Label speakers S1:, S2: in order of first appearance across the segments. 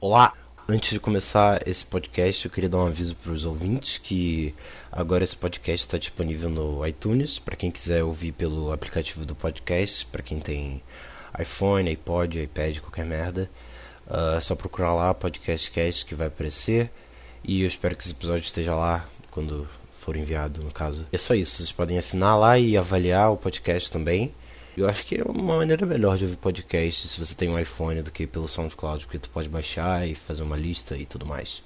S1: Olá! Antes de começar esse podcast, eu queria dar um aviso para os ouvintes que agora esse podcast está disponível no iTunes, para quem quiser ouvir pelo aplicativo do podcast, para quem tem iPhone, iPod, iPad, qualquer merda. Uh, é só procurar lá podcast cast que vai aparecer. E eu espero que esse episódio esteja lá quando for enviado, no caso. É só isso, vocês podem assinar lá e avaliar o podcast também. Eu acho que é uma maneira melhor de ouvir podcast se você tem um iPhone do que pelo SoundCloud, porque tu pode baixar e fazer uma lista e tudo mais.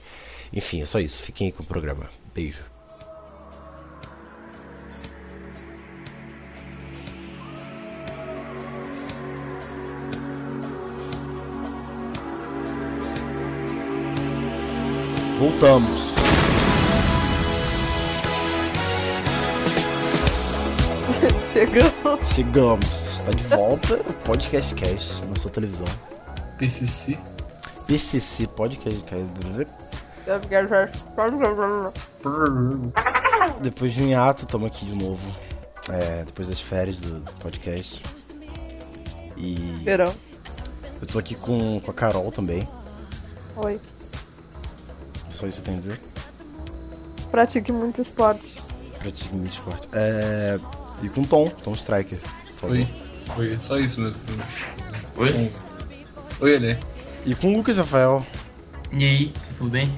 S1: Enfim, é só isso. Fiquem aí com o programa. Beijo. Voltamos.
S2: Chegamos.
S1: Chegamos. Está de volta o Podcast Cast na sua televisão.
S3: PCC.
S1: PCC Podcast Cast. Depois de um hiato, estamos aqui de novo. É, depois das férias do, do podcast. E
S2: Verão.
S1: eu tô aqui com, com a Carol também.
S2: Oi.
S1: Só isso que eu tenho a dizer.
S2: Pratique muito esporte.
S1: Pratique muito esporte. É, e com o Tom, Tom Striker. por favor.
S3: Oi. Oi, é só isso mesmo.
S4: Oi?
S3: Oi, Elê.
S1: E com o Lucas Rafael.
S4: E aí, tá tudo bem?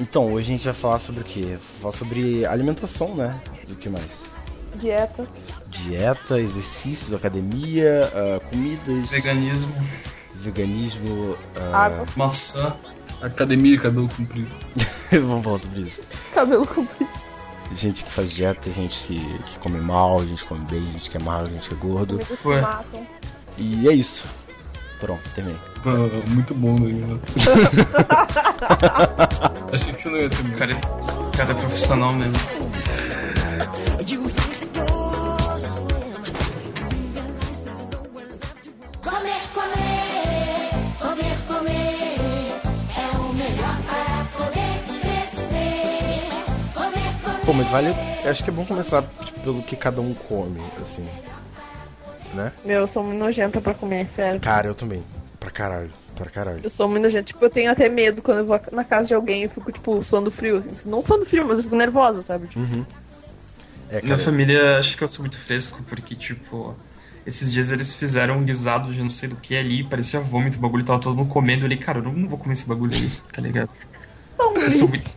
S1: Então, hoje a gente vai falar sobre o quê? Falar sobre alimentação, né? Do que mais?
S2: Dieta.
S1: Dieta, exercícios, academia, ah, comidas,
S4: Veganismo,
S1: veganismo.
S4: É.
S1: ah,
S2: Água.
S4: maçã,
S3: Academia, cabelo comprido.
S1: Vamos falar sobre isso.
S2: Cabelo comprido.
S1: Gente que faz dieta, gente que, que come mal, gente que come bem, gente que é magro, gente que é gordo.
S2: Amigos que
S4: Ué.
S2: matam.
S1: E é isso. Pronto, terminei.
S3: Pô, Muito bom, Danilo. Achei que você não ia ter medo.
S4: cara, cara é profissional mesmo.
S5: You hit the door slam. I realize there's nowhere left to run. Comer, comer, comer, comer. É o melhor para poder crescer. Comer, comer.
S1: Pô, mas vale. Acho que é bom começar tipo, pelo que cada um come, assim. Né?
S2: Meu, eu sou muito nojenta pra comer, sério.
S1: Cara, eu também. Pra caralho, pra caralho.
S2: Eu sou muito nojenta. Tipo, eu tenho até medo quando eu vou na casa de alguém eu fico, tipo, suando frio. assim. Não suando frio, mas eu fico nervosa, sabe?
S4: Hum.
S2: Tipo,
S1: É,
S4: Minha
S1: cara.
S4: família acha que eu sou muito fresco, porque, tipo, esses dias eles fizeram um guisado de não sei do que ali, parecia vômito, o bagulho tava todo mundo comendo ali, cara, eu não vou comer esse bagulho ali, tá ligado?
S2: não,
S4: Eu sou muito.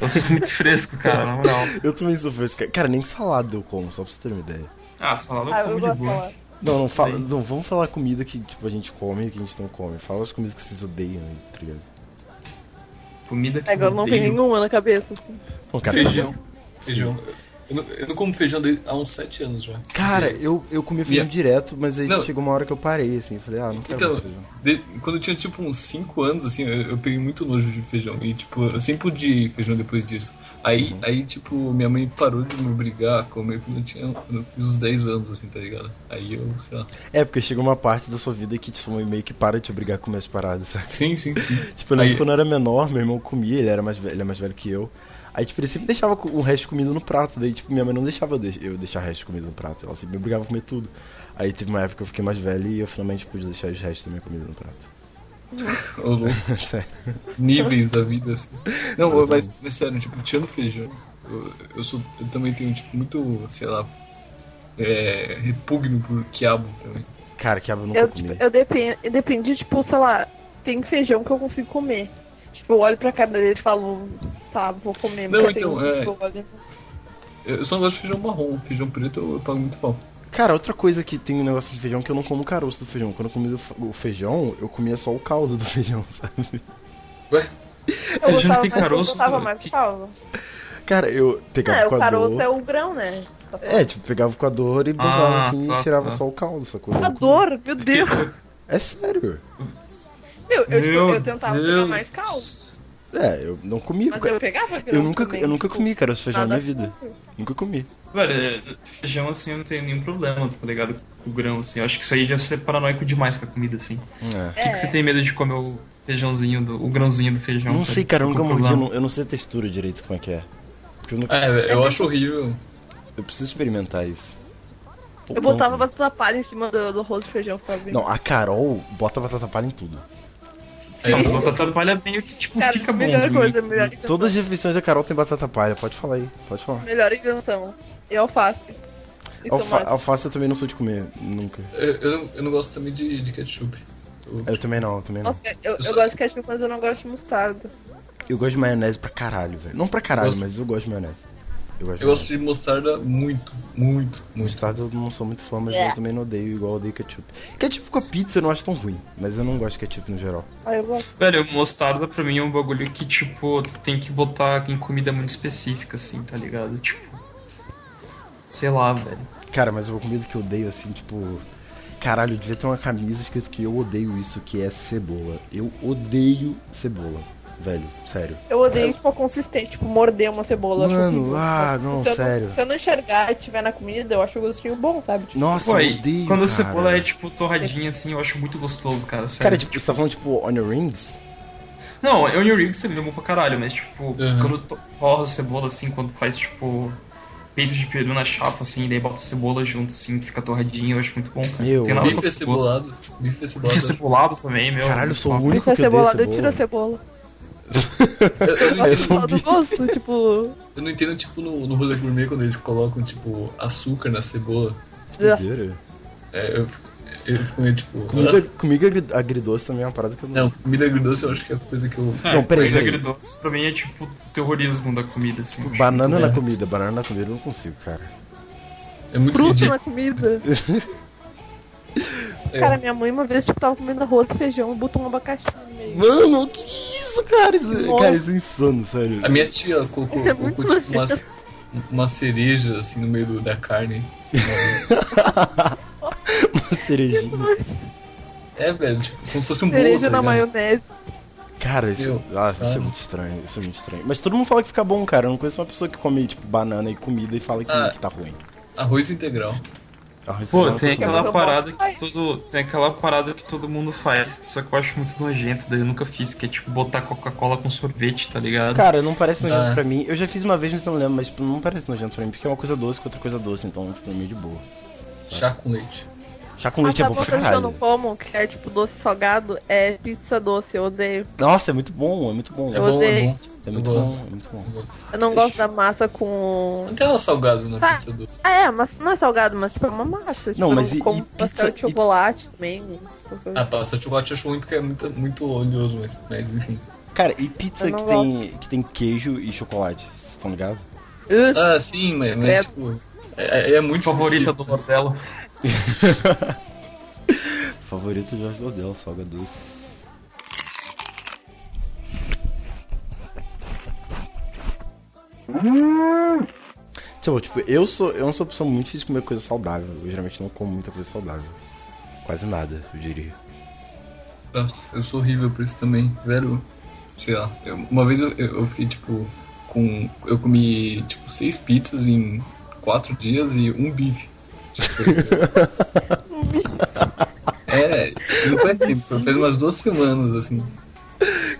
S4: Eu sou muito fresco, cara, na moral.
S1: Eu também sou fresco. cara. Cara, nem salada eu como, só pra você ter uma ideia.
S4: Ah, salada
S2: ah, eu
S4: eu como
S2: gosto
S4: de
S2: de
S4: boa.
S2: falar.
S1: Não, não fala.
S4: Sim.
S1: Não, vamos falar comida que tipo, a gente come e que a gente não come. Fala as comidas que vocês odeiam, tá ligado?
S4: Comida que
S2: Agora
S4: eu
S2: É, não tem
S4: odeio.
S2: nenhuma na cabeça. assim.
S1: Não, cara,
S3: Feijão. Feijão. Eu não, eu não como feijão desde- há uns 7 anos já.
S1: Cara, eu, eu comia feijão
S3: Minha-
S1: direto, mas aí
S3: Não.
S1: chegou uma hora que eu parei, assim, falei, ah, não quero
S3: Então,
S1: mais feijão.
S3: De- quando eu tinha tipo uns 5 anos, assim, eu, eu peguei muito nojo de feijão. E tipo, eu sempre odiei feijão depois disso. Aí, aí tipo, minha mãe parou de me obrigar a comer quando eu tinha quando eu fiz uns 10 anos, assim, tá ligado? Aí eu, sei lá.
S1: É, porque chega uma parte da sua vida que te sua mãe meio que para de te obrigar a comer as paradas, sabe?
S3: Sim, sim, sim.
S1: Tipo, eu lembro
S3: Aí-
S1: quando eu era menor, meu irmão comia, ele era mais velho, ele é mais velho que eu. Aí, tipo, ele sempre deixava co- o resto de comida no prato. Daí, tipo, minha mãe não deixava eu, de- eu deixar o resto de comida no prato. Ela sempre me obrigava a comer tudo. Aí teve uma época que eu fiquei mais velho e eu finalmente pude deixar os restos da minha comida no prato.
S3: Ô, louco.
S1: Sério.
S3: níveis da vida, assim. Não, mas, mas sério, tipo, tirando feijão, eu, eu sou. Eu também tenho, tipo, muito, sei lá. É. repugno por quiabo também.
S1: Cara, que eu nunca
S2: Eu,
S1: comi.
S2: tipo, eu dependo, eu depende, tipo, sei lá, tem feijão que eu consigo comer. Tipo, eu olho pra cara dele e falo, tá, vou comer.
S3: Não,
S2: mas
S3: então,
S2: tem um
S3: é.
S2: que eu olho.
S3: Eu eu só não gosto de feijão marrom, feijão preto eu, eu pago muito pau.
S1: Cara, outra coisa que tem um negócio de feijão que eu não como o caroço do feijão. Quando eu comia o fe- o feijão, eu comia só o caldo do feijão, sabe?
S2: Eu
S4: Feijão
S2: gostava
S4: tem
S2: mais, eu
S4: caroço,
S2: gostava
S4: cara.
S2: mais do
S4: Que-
S2: caldo.
S1: Cara, eu pegava
S2: É,
S1: o
S2: o
S1: coador.
S2: caroço é o grão, né?
S1: É, tipo, pegava o coador e botava
S4: Ah,
S1: assim e
S4: tá,
S1: tirava
S4: tá.
S1: só o caldo, sacou?
S2: A dor, meu Deus.
S1: É sério.
S2: Meu, eu, tipo,
S4: Meu
S2: eu tentava pegar
S4: Deus.
S2: mais caldo,
S1: É, eu não comia.
S2: mas
S1: ca-
S2: eu pegava grão.
S1: Eu nunca,
S2: também,
S1: eu nunca
S2: tipo,
S1: comi, cara, esse feijão na
S2: nada
S1: minha vida.
S2: contra.
S1: Nunca comi.
S4: Velho, feijão assim eu não tenho nenhum problema, tá ligado? Com o grão, assim. Eu acho que isso aí já é paranoico demais com a comida, assim.
S1: É.
S4: Por que, que você
S2: É.
S4: tem medo de comer o feijãozinho, do, o grãozinho do feijão?
S1: Não sei, cara, um eu nunca
S4: Qual o
S1: mordi, eu
S4: problema?
S1: não, eu não sei a textura direito como é que é. Porque eu, nunca-
S3: É, velho, eu acho horrível.
S1: eu preciso experimentar isso. Ou
S2: Eu botava
S1: não,
S2: batata palha em cima do, do arroz de feijão, ficava bem.
S1: Não, a Carol bota batata palha em tudo.
S3: É,
S4: Não,
S3: então,
S4: mas
S2: tá
S4: batata palha meio que, tipo,
S2: Cara,
S4: fica
S2: melhor
S4: bonzinho.
S2: coisa, melhor invenção.
S1: Todas as refeições da Carol tem batata palha, pode falar aí, pode falar.
S2: Melhor invenção. E alface. E
S1: Alfa,
S2: tomate.
S1: alface eu também não sou de comer, nunca.
S3: Eu, eu, não- eu não gosto também de, de ketchup.
S1: Eu também não, eu também não.
S2: Nossa, eu,
S3: Só-
S2: eu gosto de ketchup, mas eu não gosto de mostarda.
S1: Eu gosto de maionese pra caralho, velho. Não pra caralho,
S3: Gosto-
S1: mas eu gosto de maionese. Eu gosto de
S3: Eu gosto de mostarda muito, muito, muito.
S1: Mostarda eu não sou muito fã, mas eu também não odeio igual eu odeio ketchup. Ketchup com a pizza eu não acho tão ruim, mas eu não gosto de ketchup no geral.
S2: Ah, eu gosto.
S4: Velho, mostarda pra mim é um bagulho que, tipo, tu tem que botar em comida muito específica, assim, tá ligado? Tipo. Sei lá, velho.
S1: Cara, mas uma comida que eu odeio assim, tipo. Caralho, devia ter uma camisa escrito que eu odeio isso, que é cebola. Eu odeio cebola, velho, sério.
S2: Eu odeio, tipo, a consistência, tipo, morder uma cebola. eu acho
S1: Mano,
S2: horrível.
S1: ah, não,
S2: se eu
S1: sério.
S2: se eu não enxergar e tiver na comida, eu acho o gostinho bom, sabe? Tipo,
S1: Nossa,
S4: Pô,
S1: eu
S4: aí,
S1: odeio.
S4: quando a
S1: cara.
S4: cebola é, tipo, torradinha, assim, eu acho muito gostoso, cara. Sério.
S1: Cara, tipo, você tá falando tipo onion rings?
S4: Não, Onion Rings também é bom pra caralho, mas tipo,
S3: Uhum.
S4: quando to- torra a cebola assim, quando faz tipo peito de peru na chapa assim, e daí bota a cebola junto assim, que fica torradinho, eu acho muito bom, cara.
S1: Meu,
S4: Tem nada
S2: tá
S3: Bife
S4: contra cebola.
S3: acebolado. Bife acebolado.
S4: Bife cebolado também, meu.
S1: Caralho, eu sou o
S4: Muito
S1: único
S2: se é
S1: que odeia
S2: cebolada, eu
S1: cebola.
S2: tiro a cebola.
S3: Eu, eu não
S1: É
S3: entendo,
S1: só
S2: Só do gosto, tipo.
S3: eu não entendo, tipo, no, no rolê gourmet quando eles colocam, tipo, açúcar na cebola.
S1: Doideira.
S3: É, eu, eu fico meio, tipo...
S1: Comida, comida agri- agridoce também é uma parada que eu não.
S3: Não, comida agridoce eu acho que é a coisa que eu...
S4: É,
S1: Não, peraí,
S4: comida
S1: peraí.
S4: agridoce pra mim é tipo terrorismo da comida, assim. tipo,
S1: Banana na
S3: É.
S1: comida, banana na comida eu não consigo, cara.
S3: É muito
S2: Fruta né?
S3: ridículo.
S2: na comida.
S3: É.
S2: Cara, minha mãe uma vez, tipo, tava comendo arroz, feijão e botou um abacaxi no meio.
S1: Mano, que que é isso, cara? Isso,
S2: Nossa.
S1: cara, isso é insano, sério.
S3: A minha tia colocou,
S2: É muito
S3: colocou tipo, uma,
S2: nojento.
S3: uma cereja, assim, no meio do- da carne.
S1: Cerejinha.
S3: É, velho, tipo, como se fosse um bolo,
S2: Cereja
S3: tá
S2: na
S1: né?
S3: ligado?
S2: maionese.
S1: Cara, isso,
S3: Meu,
S1: ah, isso é
S3: sabe?
S1: muito estranho, isso é muito estranho. Mas todo mundo fala que fica bom, cara. Eu não conheço uma pessoa que come, tipo, banana e comida e fala que,
S3: Ah.
S1: que tá ruim.
S3: Arroz integral.
S1: Arroz
S4: Pô,
S1: integral
S4: tem
S1: tá
S4: aquela
S2: bom.
S4: parada que todo. Tem aquela parada que todo mundo faz. Só que eu acho muito nojento, daí eu nunca fiz, que é tipo botar Coca-Cola com sorvete, tá ligado?
S1: Cara, não parece nojento
S3: Ah.
S1: pra mim. Eu já fiz uma vez, mas não lembro, mas tipo, não parece nojento pra mim, porque é uma coisa doce com outra coisa doce, então, tipo, é meio de boa.
S3: Chá com leite.
S1: Chá com leite
S2: ah,
S1: é bom
S2: sabe
S1: pra
S2: uma coisa que eu não
S1: caralho.
S2: como, que é tipo doce salgado, é pizza doce, eu odeio.
S1: Nossa, é muito bom, é muito bom.
S3: É
S2: Eu
S3: bom, é
S2: odeio.
S3: bom.
S1: É muito
S3: Eu
S1: bom,
S3: gosto.
S1: é muito bom.
S2: Eu não gosto da massa com.
S3: Nutella salgado na
S2: Tá.
S3: pizza doce.
S2: Ah, é, mas não é salgado, mas tipo, é uma massa. Tipo,
S1: Não, mas
S2: eu
S1: e-
S2: como
S1: e
S2: pastel
S1: pizza-
S2: de
S1: e-
S2: chocolate também.
S3: Ah, passa chocolate eu acho ruim porque é muito, muito oleoso, mas, mas enfim.
S1: Cara, e pizza
S2: Eu não
S1: que tem, que tem queijo e chocolate, vocês estão ligados?
S2: Uh,
S3: Ah, sim, mas, mas tipo. É, é- é muito
S4: Favorita
S3: esquisito.
S4: do Nordelo.
S1: Favorito Jorge Dodel, salga doce. Tipo, tipo, eu sou. Eu não sou uma pessoa muito difícil de comer coisa saudável. Eu geralmente não como muita coisa saudável. Quase nada, eu diria.
S3: Nossa, eu sou horrível por isso também. Velho, sei lá. eu- uma vez eu, eu eu fiquei, tipo, com. Eu comi, tipo, seis pizzas em quatro dias e um bife. Tipo, é, não faz tempo, faz umas duas semanas, assim.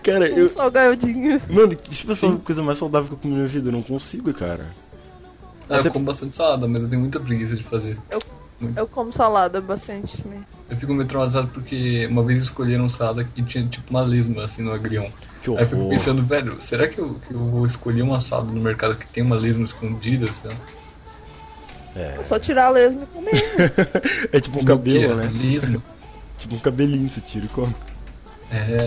S1: Cara,
S2: um salgadinho.
S1: Mano, tipo, essa é a coisa mais saudável que eu comi na minha vida. Eu não consigo, cara.
S3: Ah,
S1: Até-
S3: eu como bastante salada, mas eu tenho muita preguiça de fazer.
S2: Eu como salada bastante também.
S3: Eu fico meio traumatizado porque uma vez escolheram salada que tinha tipo uma lesma assim no agrião.
S1: Que
S3: Aí eu fico
S1: horror.
S3: pensando, velho, será que eu, que eu vou escolher uma salada no mercado que tem uma lesma escondida? Assim? ó?
S2: É só tirar a lesma e comer.
S1: É tipo um
S3: O que é?
S1: cabelo, né?
S3: Lesma.
S1: Tipo um cabelinho, você tira e come.
S3: É,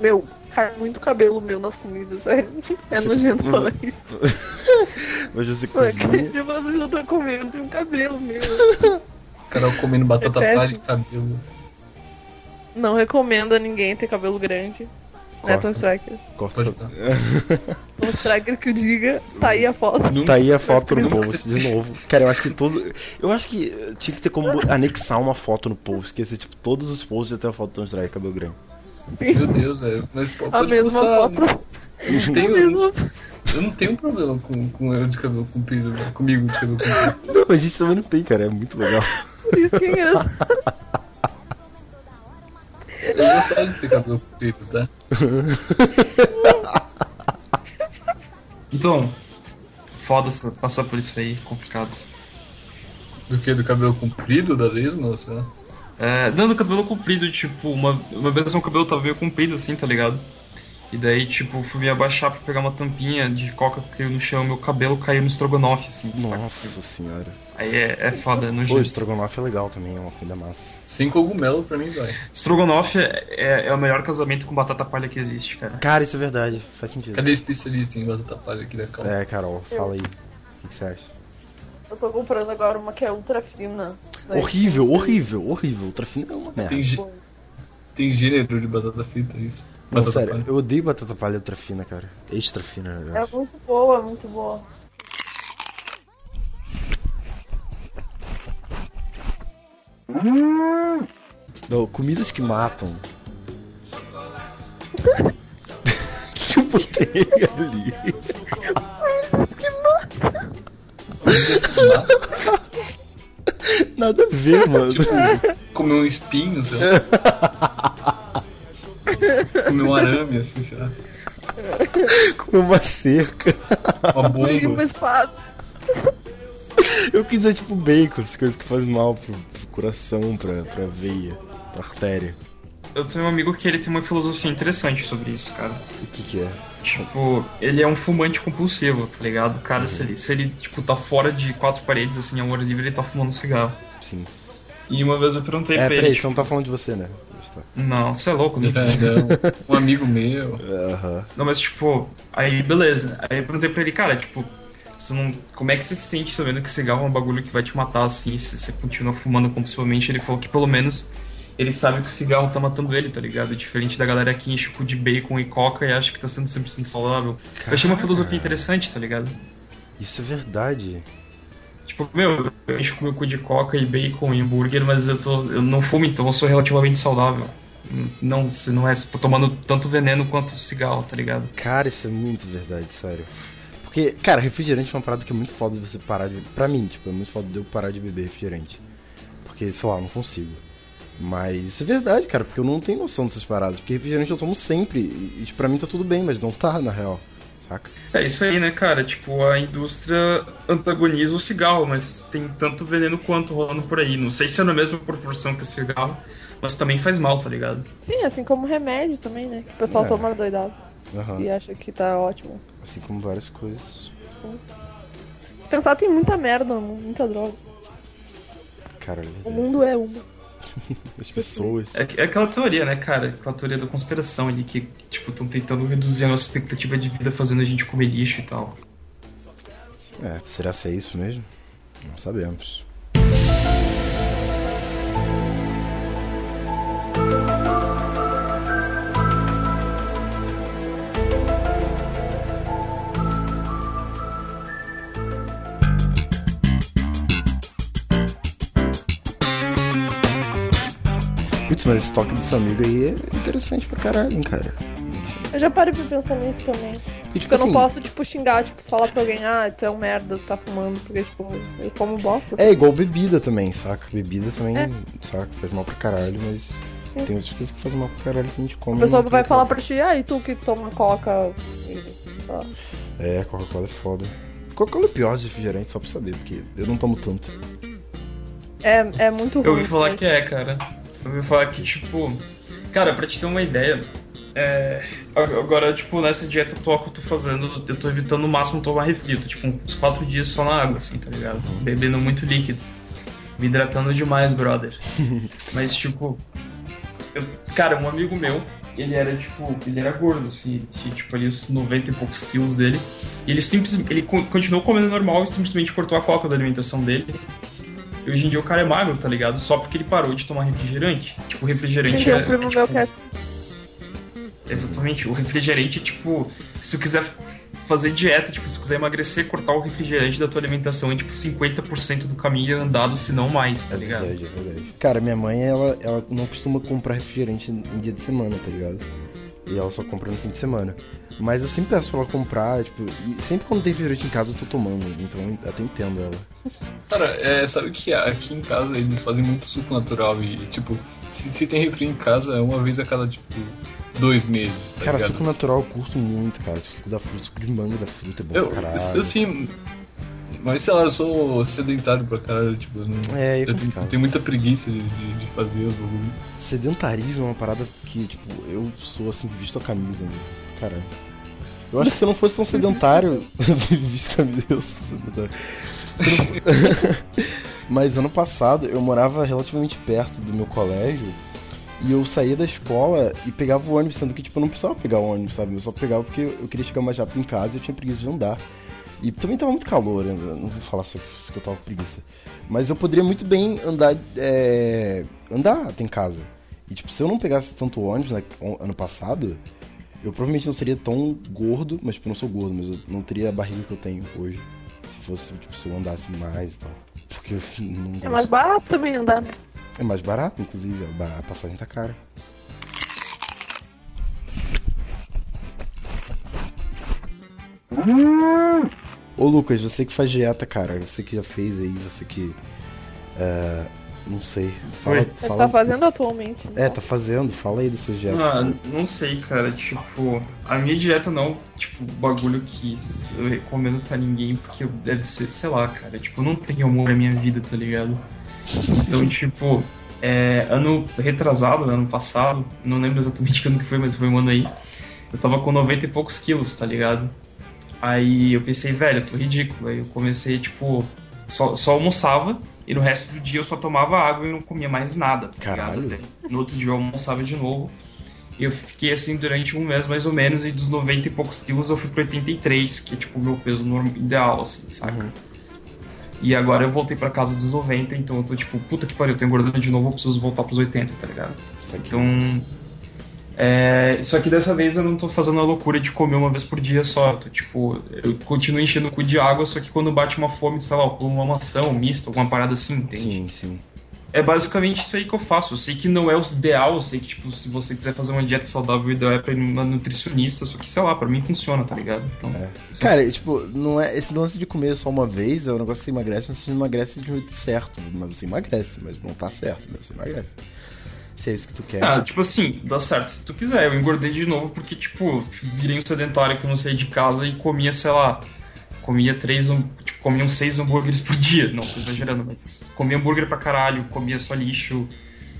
S2: meu, cai muito cabelo meu nas comidas, sério. É
S1: Uhum.
S2: nojento falar isso. é
S1: Mas você
S2: Mano,
S1: cozinha.
S2: de vocês eu tô comendo, tem um cabelo meu.
S3: Carol comendo batata
S2: É
S3: palha e cabelo.
S2: Não recomendo a ninguém ter cabelo grande. Né,
S1: Corta.
S2: Tom Striker?
S1: Corta.
S3: Pode dar.
S2: Tom Striker que o diga, tá aí a foto.
S1: Tá aí a foto no post de novo. Cara, eu acho que todo. Eu acho que eh, tinha que ter como anexar uma foto no post. Que ia ser tipo todos os posts ia ter a foto do Tom Striker cabelo grande.
S3: Meu Deus, velho. Mas po-
S2: A
S3: pode
S2: mesma
S1: tá
S3: postar.
S2: foto.
S3: Não
S2: A
S1: um-
S3: tenho, eu, não,
S2: mesma
S3: eu não tenho problema com, com eu de cabelo comprido, né? comigo de cabelo comprido.
S1: Não, a gente também não tem, cara. É muito legal.
S2: Por isso que é engraçado.
S3: Eu gostava de ter cabelo comprido, tá?
S4: Então, foda-se passar por isso aí, complicado.
S3: assim, Do que? Do cabelo comprido, da lesma, ou sei lá.
S4: É, dando cabelo comprido, tipo, uma, uma vez meu cabelo tava meio comprido assim, tá ligado? E daí, tipo, fui me abaixar pra pegar uma tampinha de coca que caiu no chão, meu cabelo caiu no estrogonofe, assim. saca?
S1: Nossa senhora.
S4: Aí é, é foda, é
S1: Pô,
S4: nojento.
S1: estrogonofe é legal também, é uma comida massa.
S3: Sem cogumelo pra mim vai.
S4: Estrogonofe é, é o melhor casamento com batata palha que existe, cara.
S1: Cara, isso é verdade, faz sentido.
S3: Cadê especialista em batata palha aqui da calma?
S1: É, Carol, fala aí. O que que você acha?
S2: Eu tô comprando agora uma que é ultra fina. Vai.
S1: Horrível, horrível, horrível. Ultrafina é uma merda.
S3: Tem, gê- tem gênero de batata frita, é isso.
S1: Não,
S3: batata
S1: sério,
S3: palha.
S1: eu odeio batata palha ultra fina, cara. Extra fina, eu
S2: É
S1: acho.
S2: muito boa, é muito boa.
S1: Não, comidas que matam. que eu botei ali. Nada a ver, mano.
S3: Tipo, Comer um espinho, sei lá. Comer um arame, assim, sei lá.
S1: Comer uma cerca.
S3: Uma
S2: Peguei uma
S3: bomba.
S2: espada.
S1: Eu quis dizer, tipo, bacon, as coisas que fazem mal pro, pro coração, pra, pra veia, pra artéria.
S4: Eu tenho um amigo que ele tem uma filosofia interessante sobre isso, cara.
S1: O que que é?
S4: Tipo, ele é um fumante compulsivo, tá ligado? Cara, se, ele, se ele, tipo, tá fora de quatro paredes, assim, a um hora livre, ele tá fumando cigarro.
S1: Sim.
S4: E uma vez eu perguntei
S1: É,
S4: pra ele,
S1: peraí, você
S4: tipo,
S1: não tá falando de você, né? Tá.
S4: não, você é louco, né?
S3: É, não. Um amigo meu.
S1: Aham.
S4: Não, mas, tipo, aí, beleza. Aí eu perguntei pra ele, cara, tipo, você não, como é que você se sente sabendo que cigarro é um bagulho que vai te matar, assim, se você continua fumando compulsivamente? Ele falou que, pelo menos, ele sabe que o cigarro tá matando ele, tá ligado? Diferente da galera que enche o cu de bacon e coca e acha que tá sendo 100% saudável. Eu achei uma filosofia interessante, tá ligado?
S1: Isso é verdade.
S4: Tipo, meu, eu encho com meu cu de coca e bacon e hambúrguer, mas eu, tô, eu não fumo, então eu sou relativamente saudável. Hum, Não, se não é, você tá tomando tanto veneno quanto cigarro, tá ligado?
S1: Cara, isso é muito verdade, sério. Porque, cara, refrigerante é uma parada que é muito foda de você parar de. Pra mim, tipo, é muito foda de eu parar de beber refrigerante. Porque, sei lá, eu não consigo. Mas isso é verdade, cara, porque eu não tenho noção dessas paradas. Porque refrigerante eu tomo sempre. E, e pra mim tá tudo bem, mas não tá, na real. Saca?
S4: É isso aí, né, cara? Tipo, a indústria antagoniza o cigarro, mas tem tanto veneno quanto rolando por aí. Não sei se é na mesma proporção que o cigarro, mas também faz mal, tá ligado?
S2: Sim, assim como remédio também, né? Que o pessoal
S1: É.
S2: toma doidado
S1: Aham.
S2: e acha que tá ótimo.
S1: Assim como várias coisas.
S2: Se pensar, tem muita merda no mundo, muita droga.
S1: Cara, é
S2: O
S1: verdade.
S2: mundo é uma.
S1: As pessoas.
S4: É, é aquela teoria, né, cara? Aquela teoria da conspiração ali, que, tipo, estão tentando reduzir a nossa expectativa de vida fazendo a gente comer lixo e tal.
S1: É, será se é isso mesmo? Não sabemos. Putz, mas esse toque do seu amigo aí é interessante pra caralho, hein, cara.
S2: Eu já parei pra pensar nisso também.
S1: Porque, assim,
S2: Porque eu não posso, tipo, xingar, tipo, falar pra alguém, ah, tu é um merda, tu tá fumando, porque, tipo, eu como bosta.
S1: É igual bebida também, saca? Bebida também,
S2: É.
S1: saca? Faz mal pra caralho, mas
S2: Sim.
S1: tem outras coisas que fazem mal pra caralho que a gente come.
S2: A
S1: e
S2: pessoa
S1: não tem
S2: vai falar
S1: como.
S2: pra ti, ah, e tu que toma coca? e, sei lá.
S1: É, Coca-Cola é foda. Coca-Cola é pior de refrigerante, só pra saber, porque eu não tomo tanto.
S2: É, é muito ruim.
S4: Eu ouvi falar
S2: né?
S4: que é, cara. Eu ouvi falar que, tipo. Cara, pra te ter uma ideia, é, ag- agora, tipo, nessa dieta atual que eu tô fazendo, eu tô evitando o máximo tomar refri. Eu tô, tipo, uns quatro dias só na água, assim, tá ligado? Bebendo muito líquido. Me hidratando demais, brother. Mas, tipo. eu- cara, um amigo meu, ele era, tipo, ele era gordo, assim, ele tinha, tipo, ali uns 90 e poucos quilos dele. E ele simplesmente. Ele con- continuou comendo normal e simplesmente cortou a coca da alimentação dele. E hoje em dia o cara é magro, tá ligado? Só porque ele parou de tomar refrigerante. Tipo, refrigerante
S2: Sim, tem
S4: é.
S2: um primo
S4: é,
S2: meu
S4: tipo,
S2: que é assim.
S4: Exatamente, o refrigerante, tipo, se eu quiser fazer dieta, tipo, se eu quiser emagrecer, cortar o refrigerante da tua alimentação é tipo 50% do caminho andado, se não mais, tá
S1: É
S4: ligado?
S1: verdade, é verdade. Cara, minha mãe, ela, ela não costuma comprar refrigerante em dia de semana, tá ligado? E ela só compra no fim de semana. Mas eu sempre peço pra ela comprar, tipo, e sempre quando tem refrigerante em casa eu tô tomando, então eu até entendo ela.
S3: Cara, é, sabe o que é? aqui em casa eles fazem muito suco natural e, tipo, se, se tem refri em casa é uma vez a cada, tipo, dois meses, tá
S1: Cara,
S3: ligado?
S1: suco natural eu curto muito, cara. Tipo, suco da fruta, suco de manga da fruta é bom
S3: Eu,
S1: pra caralho.
S3: eu, assim, Mas sei lá, eu sou sedentário pra caralho, tipo, eu não.
S1: É, é
S3: eu, tenho,
S1: complicado.
S3: eu tenho muita preguiça de, de, de fazer os bagulho.
S1: Sedentarismo é uma parada que, tipo, eu sou assim, visto a camisa, mano. Caralho. Eu acho que se eu não fosse tão sedentário, visto a camisa, eu sou sedentário. Se eu não fo- Mas ano passado eu morava relativamente perto do meu colégio e eu saía da escola e pegava o ônibus, sendo que tipo, eu não precisava pegar o ônibus, sabe? Eu só pegava porque eu queria chegar mais rápido em casa e eu tinha preguiça de andar. E também tava muito calor, eu não vou falar se eu, se eu tava com preguiça. Mas eu poderia muito bem andar, é, andar até em casa. E tipo, se eu não pegasse tanto ônibus né, on- ano passado, eu provavelmente não seria tão gordo, mas tipo, eu não sou gordo, mas eu não teria a barriga que eu tenho hoje. Se fosse, tipo, se eu andasse mais e tal. Porque eu não
S2: É mais
S1: gosto.
S2: barato também andar.
S1: É mais barato, inclusive, a ba- a passagem tá cara. Ô Lucas, você que faz dieta, cara, você que já fez aí, você que. é, não sei. Fala,
S4: Oi.
S2: Você
S1: fala- um-
S2: tá fazendo atualmente. né?
S1: É, tá fazendo, fala aí da sua dieta.
S4: Ah, não sei, cara. Tipo, a minha dieta não, tipo, bagulho que eu recomendo pra ninguém, porque deve ser, sei lá, cara. Tipo, não tem amor à minha vida, tá ligado? Então, tipo, é, ano retrasado, né, ano passado, não lembro exatamente que ano que foi, mas foi um ano aí. Eu tava com 90 e poucos quilos, tá ligado? Aí eu pensei, velho, eu tô ridículo. Aí eu comecei, tipo, só, só almoçava e no resto do dia eu só tomava água e não comia mais nada, tá
S1: Caralho.
S4: ligado? Até No outro dia eu almoçava de novo. Eu fiquei assim durante um mês mais ou menos, e dos 90 e poucos quilos eu fui pro 83, que é tipo o meu peso normal, ideal, assim, saca?
S1: Uhum.
S4: E agora eu voltei pra casa dos 90, então eu tô tipo, puta que pariu, eu tô engordando de novo, eu preciso voltar pros 80, tá ligado?
S1: Isso aqui.
S4: Então. É, só que dessa vez eu não tô fazendo a loucura de comer uma vez por dia só. Eu tô, tipo, eu continuo enchendo o cu de água, só que quando bate uma fome, sei lá, eu como uma maçã, um misto, alguma parada assim, entende?
S1: sim, sim.
S4: É basicamente isso aí que eu faço. Eu sei que não é o ideal, eu sei que, tipo, se você quiser fazer uma dieta saudável, o ideal é pra ir numa nutricionista, só que, sei lá, pra mim funciona, tá ligado? Então,
S1: É. Cara, tipo, não é. Esse lance de comer só uma vez é um negócio que você emagrece, mas você não emagrece de um jeito certo. Mas você emagrece, mas não tá certo, mas você emagrece. Se é isso que tu quer.
S4: Ah, tipo assim, dá certo se tu quiser. Eu engordei de novo porque, tipo, virei um sedentário quando eu saí de casa e comia, sei lá, comia três, hum- tipo, comia uns seis hambúrgueres por dia. Não, tô exagerando, mas comia hambúrguer pra caralho, comia só lixo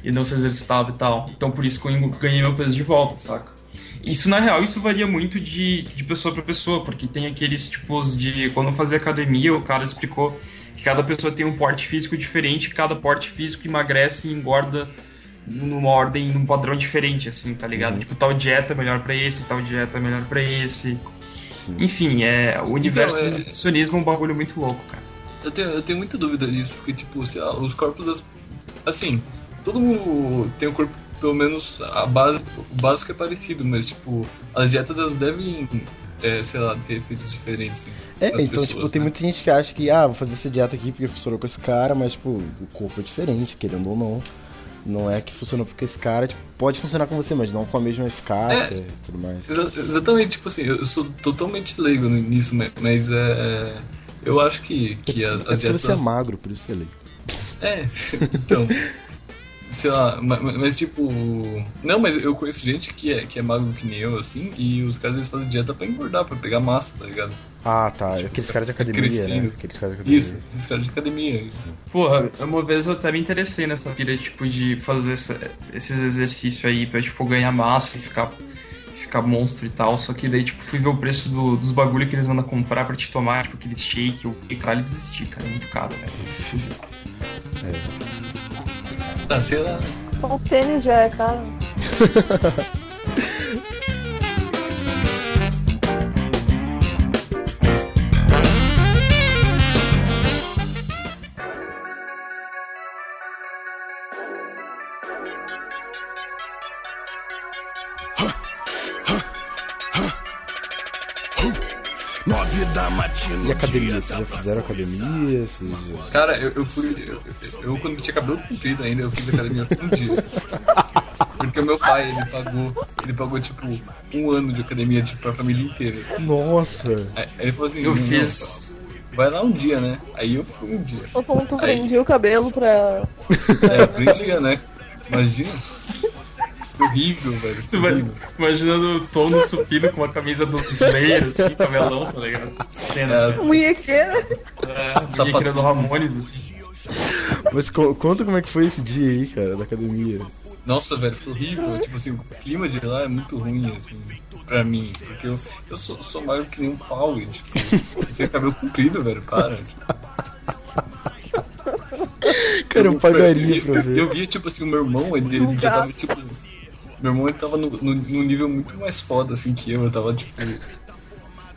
S4: e não se exercitava e tal. Então por isso que eu engo- ganhei meu peso de volta, saca? Isso, na real, isso varia muito de, de pessoa pra pessoa, porque tem aqueles tipos de. Quando eu fazia academia, o cara explicou que cada pessoa tem um porte físico diferente, cada porte físico emagrece e engorda numa ordem, num padrão diferente, assim, tá ligado?
S1: Uhum.
S4: Tipo, tal dieta é melhor pra esse, tal dieta é melhor pra esse.
S1: Sim. Então,
S4: Enfim, é, o universo
S3: é-
S4: do nutricionismo é um bagulho muito louco, cara.
S3: Eu tenho, eu tenho muita dúvida disso, porque, tipo, sei lá, os corpos. das- Assim, todo mundo tem o corpo, pelo menos a base, o básico é parecido, mas, tipo, as dietas elas devem, é, sei lá, ter efeitos diferentes. assim.
S1: É,
S3: das
S1: então,
S3: pessoas,
S1: tipo, tem
S3: né?
S1: muita gente que acha que, ah, vou fazer essa dieta aqui porque funcionou com esse cara, mas, tipo, o corpo é diferente, querendo ou não. Não é que funcionou porque esse cara, tipo, pode funcionar com você, mas não com a mesma
S3: É.
S1: eficácia e tudo mais.
S3: Exa- Exatamente, tipo assim, eu eu sou totalmente leigo nisso, né, mas é. Eu acho que, que a-
S1: é
S3: as
S1: porque
S3: dietas.
S1: você é magro, por isso você é leigo.
S3: É, então. Sei lá, ma- ma- mas, tipo. Não, mas eu conheço gente que é, que é magro que nem eu, assim, e os caras eles fazem dieta pra engordar, pra pegar massa, tá ligado?
S1: Ah, tá. Aqueles caras de academia, né?
S3: Tipo, é crescido.
S1: Aqueles caras de academia.
S3: Isso, esses caras de academia. Isso.
S4: Porra, uma vez eu até me interessei nessa pira, tipo, de fazer essa- esses exercícios aí pra, tipo, ganhar massa e ficar, ficar monstro e tal. Só que daí, tipo, fui ver o preço do- dos bagulho que eles mandam comprar pra te tomar, tipo, aqueles shake, o que cara, desistir, cara, é muito caro, né?
S3: Ah, sei lá.
S2: Então, o tênis já é caro.
S5: Nove da matina.
S1: E academia? Vocês já fizeram academia? Vocês já-
S3: Cara, eu, eu fui. Eu, eu, quando tinha cabelo comprido ainda, eu fiz academia todo dia. Porque o meu pai, ele pagou. Ele pagou, tipo, um ano de academia, tipo, pra família inteira.
S1: Nossa!
S3: Aí aí ele falou assim:
S4: Eu
S3: "Não,
S4: fiz.
S3: Vai lá um dia, né? Aí eu fui um dia.
S2: Eu ponto
S3: Aí.
S2: prendi o cabelo pra.
S3: É, aprendi, né? Imagina. Horrível, velho.
S4: Tu vai-
S3: horrível.
S4: Imagina o Tom no supino com uma camisa do Slayer, assim, cabelão, tá ligado?
S3: É,
S4: Cena.
S2: Munhequeira.
S4: É, Munhequeira do Ramones, assim.
S1: Mas co- conta como é que foi esse dia aí, cara, da academia.
S3: Nossa, velho, foi horrível. Tipo assim, o clima de lá é muito ruim, assim, pra mim. Porque eu, eu sou, sou magro que nem um pau, e, tipo, tem cabelo comprido, velho, para. Tipo,
S1: Cara, eu pagaria pra
S3: eu, eu
S1: ver.
S3: via, tipo assim, o meu irmão, ele, ele já tava, tipo. Meu irmão, ele tava no- no- num nível muito mais foda, assim, que eu. Eu tava, tipo.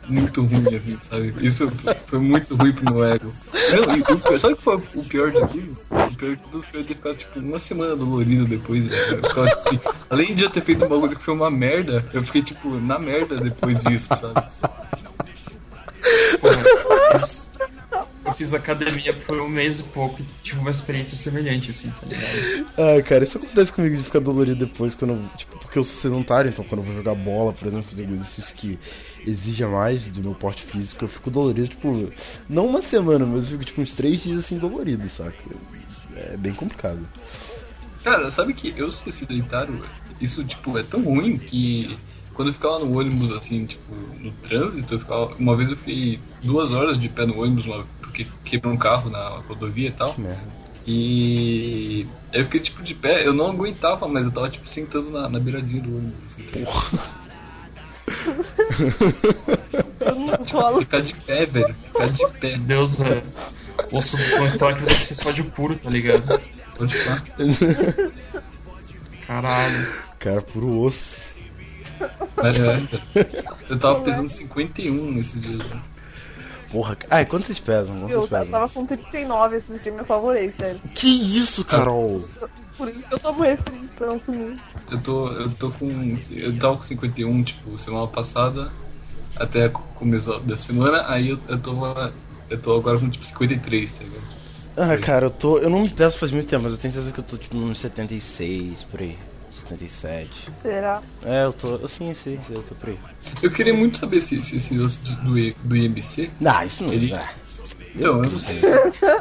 S3: Muito ruim, assim, sabe? Isso foi muito ruim pro meu ego. Não, e o pior, sabe o que foi o pior de tudo? O pior de tudo foi eu ter ficado, tipo, uma semana dolorido depois, velho. Eu ficava, assim, além de eu ter feito um bagulho que foi uma merda, eu fiquei, tipo, na merda depois disso, sabe?
S4: Pô, eu fiz academia por um mês e pouco e tive uma experiência semelhante, assim, tá ligado?
S1: Ah, cara, isso acontece comigo de ficar dolorido depois quando. eu- Tipo, porque eu sou sedentário, então quando eu vou jogar bola, por exemplo, fazer exercícios que exija mais do meu porte físico, eu fico dolorido, tipo, não uma semana, mas eu fico tipo uns três dias assim dolorido, saca? É bem complicado.
S3: Cara, sabe que eu ser sedentário, isso, tipo, é tão ruim que quando eu ficava no ônibus, assim, tipo, no trânsito, eu ficava. Uma vez eu fiquei duas horas de pé no ônibus, uma- porque quebrou um carro na rodovia e tal.
S1: Que merda.
S3: E eu fiquei, tipo, de pé, eu não aguentava, mas eu tava, tipo, sentando na, na beiradinha do ônibus, assim. Porra.
S2: Eu não rolo.
S3: Ficar de pé, velho. Ficar de pé. né?
S4: Deus, velho. Osso do Tom Stark vai ser um só de puro, tá ligado?
S3: Pode falar.
S4: Caralho.
S1: Cara, puro osso.
S3: Mas, é, eu tava pesando 51 nesses dias, né? velho.
S1: Porra, cara. Ai, quanto vocês pesam? Quanto
S2: Eu
S1: vocês pesam?
S2: tava com 39 esses dias, me apavorei, sério.
S1: Que isso, Carol?
S2: Por isso que eu tomo refri pra não sumir.
S3: Eu tô, eu tô com. Eu tava com 51, tipo, semana passada, até o começo da semana, aí eu, eu tô. Eu tô agora com tipo 53, tá ligado?
S1: Ah, cara, eu tô. Eu não me peço faz muito tempo, mas eu tenho certeza que eu tô tipo uns 76 por aí. 77.
S2: Será?
S1: É, eu tô. Eu sim, sim, sim, eu tô por aí.
S3: Eu queria muito saber se, se esse lance de- do, I- do IMC.
S1: Não, isso não.
S3: Ele-
S1: ah,
S3: Então, eu não sei.